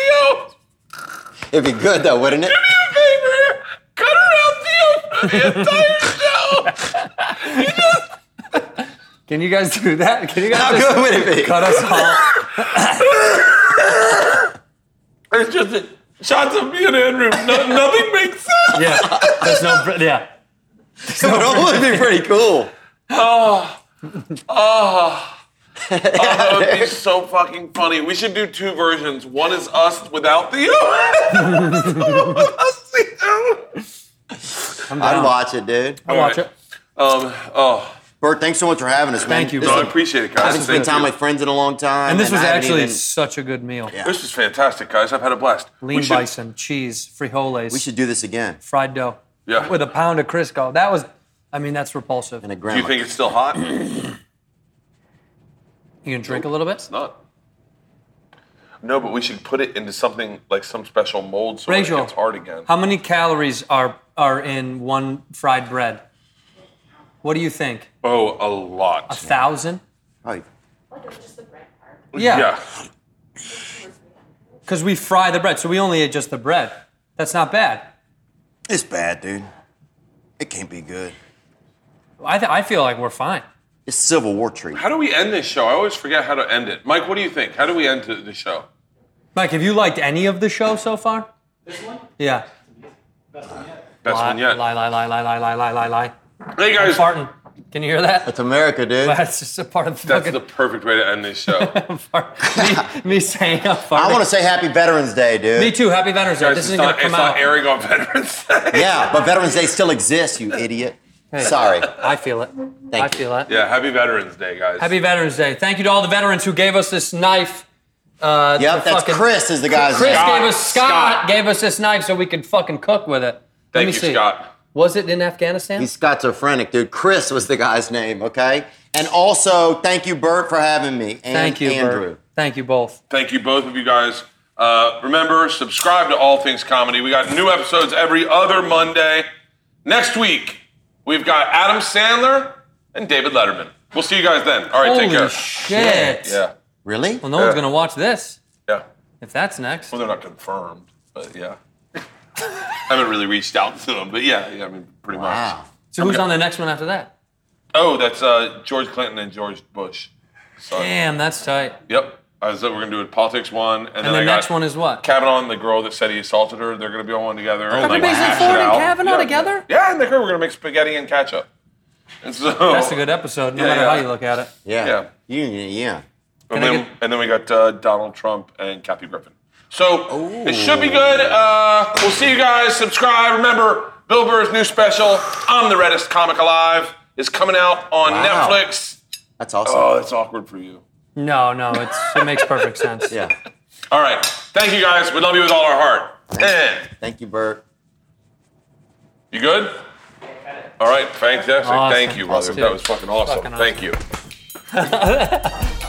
A: Theo.
C: It'd be good though, wouldn't it?
A: favor, cut around Theo for the entire show.
B: Can you guys do that? Can you
C: How
B: guys
C: good
B: just
C: would it be?
B: cut us off?
A: It's just shots of me and Andrew. No, nothing makes sense.
B: Yeah. There's no, br- yeah.
C: it would be pretty cool.
A: Oh, that would be so fucking funny. We should do two versions. One is us without Theo. us Theo.
B: I'm
C: I'd
B: down.
C: watch it, dude.
B: I'll watch it.
A: Um, oh,
C: Bert, thanks so much for having us, man.
B: Thank you,
C: This
A: no, I
B: Bert.
C: is-
A: appreciate it, guys.
C: I haven't spent
A: Thank
C: time
A: you.
C: with friends in a long time.
B: And this was
C: I haven't
B: actually
C: even-
B: such a good meal.
A: This was fantastic, guys. I've had a blast.
B: Lean
A: we should,
B: bison, cheese, frijoles,
C: we should do this again.
B: fried dough.
A: Yeah.
B: With a pound of Crisco. That was, I mean, that's repulsive.
C: And a
A: Do you
C: grandma.
A: think it's still hot?
B: You can drink a little bit?
A: Not. No, but we should put it into something like some special mold so
B: Rachel,
A: it gets hard again.
B: How many calories are are in one fried bread? What do you think?
A: Oh, a lot.
B: A thousand?
C: oh,
D: Like it was just the bread part.
B: Yeah.
A: yeah.
B: Because we fry the bread, so we only ate just the bread. That's not bad.
C: it's bad, dude. It can't be good.
B: I, th- I feel like we're fine.
C: It's Civil War treat.
A: How do we end this show? I always forget how to end it. Mike, what do you think? How do we end the show?
B: Mike, have you liked any of the show so far? This one? Yeah.
A: Best
B: Lie,
A: one yet.
B: lie, lie, lie, lie, lie, lie, lie, lie, lie.
A: Hey guys,
B: Farting. Can you hear that?
C: It's America, dude.
B: That's just a part of the
A: that's
B: fucking
A: the perfect way to end this show.
B: fart. Me, me saying I'm farting.
C: I want to say Happy Veterans Day, dude.
B: Me too. Happy Veterans Day.
A: guys,
B: This
A: it's
B: isn't going
A: not,
B: to come
A: it's not
B: out.
A: airing on Veterans Day.
C: Yeah, but Veterans Day still exists, you idiot. Sorry.
B: I feel it.
C: Thank
B: I
C: you.
B: feel it.
A: Yeah, happy Veterans Day, guys.
B: Happy Veterans Day. Thank you to all the veterans who gave us this knife. Uh,
C: Yep,
B: to
C: that's
B: fucking-
C: Chris is the guy's
B: Chris
C: name.
B: gave us Scott,
A: Scott.
B: gave us this knife so we could fucking cook with it. Let
A: Thank
B: me
A: you,
B: see.
A: Scott.
B: Was it in Afghanistan?
C: He's schizophrenic, dude. Chris was the guy's name, okay? And also, thank you, Bert, for having me. And
B: Thank you, Bert.
C: Andrew.
B: Thank you both.
A: Thank you both of you guys. Uh, remember, subscribe to All Things Comedy. We got new episodes every other Monday. Next week, we've got Adam Sandler and David Letterman. We'll see you guys then. All right,
B: Holy
A: take care.
B: shit.
A: yeah,
C: Really?
B: Well, no one's
A: Yeah.
B: gonna watch this
A: yeah.
B: if that's next.
A: Well, they're not confirmed, but yeah. I haven't really reached out to them, but yeah, yeah I mean, pretty much.
C: Wow.
B: So who's
A: okay.
B: on the next one after that?
A: Oh, that's uh, George Clinton and George Bush. So,
B: Damn, that's tight.
A: Yep. I said we're gonna do a politics one, and,
B: And
A: then
B: the
A: I got
B: next one is what?
A: Kavanaugh and the girl that said he assaulted her. They're gonna be on one together. and, like,
B: Oh, Everybody's in
A: hash it
B: Ford and
A: out.
B: Kavanaugh
A: Yeah.
B: together?
A: Yeah, and they're we're gonna make spaghetti and ketchup. And so
B: That's a good episode, no
A: Yeah,
B: matter
A: yeah.
B: how you look at it.
C: Yeah.
A: Yeah.
C: You, yeah.
A: And
B: I
A: then,
B: get-
A: and then we got uh, Donald Trump and Kathy Griffin. So it should be good. Uh, we'll see you guys. Subscribe. Remember, Bill Burr's new special, I'm the Reddest Comic Alive, is coming out on
C: Wow.
A: Netflix.
C: That's awesome.
A: Oh, that's awkward for you.
B: No, no, it's, it makes perfect sense.
C: Yeah.
A: All right. Thank you guys. We love you with all our heart. Eh.
C: Thank you, Bert.
A: You good? All right, fantastic. Thank
B: Awesome.
A: you, brother.
B: Awesome.
A: That was fucking awesome.
B: Fucking
A: Thank you.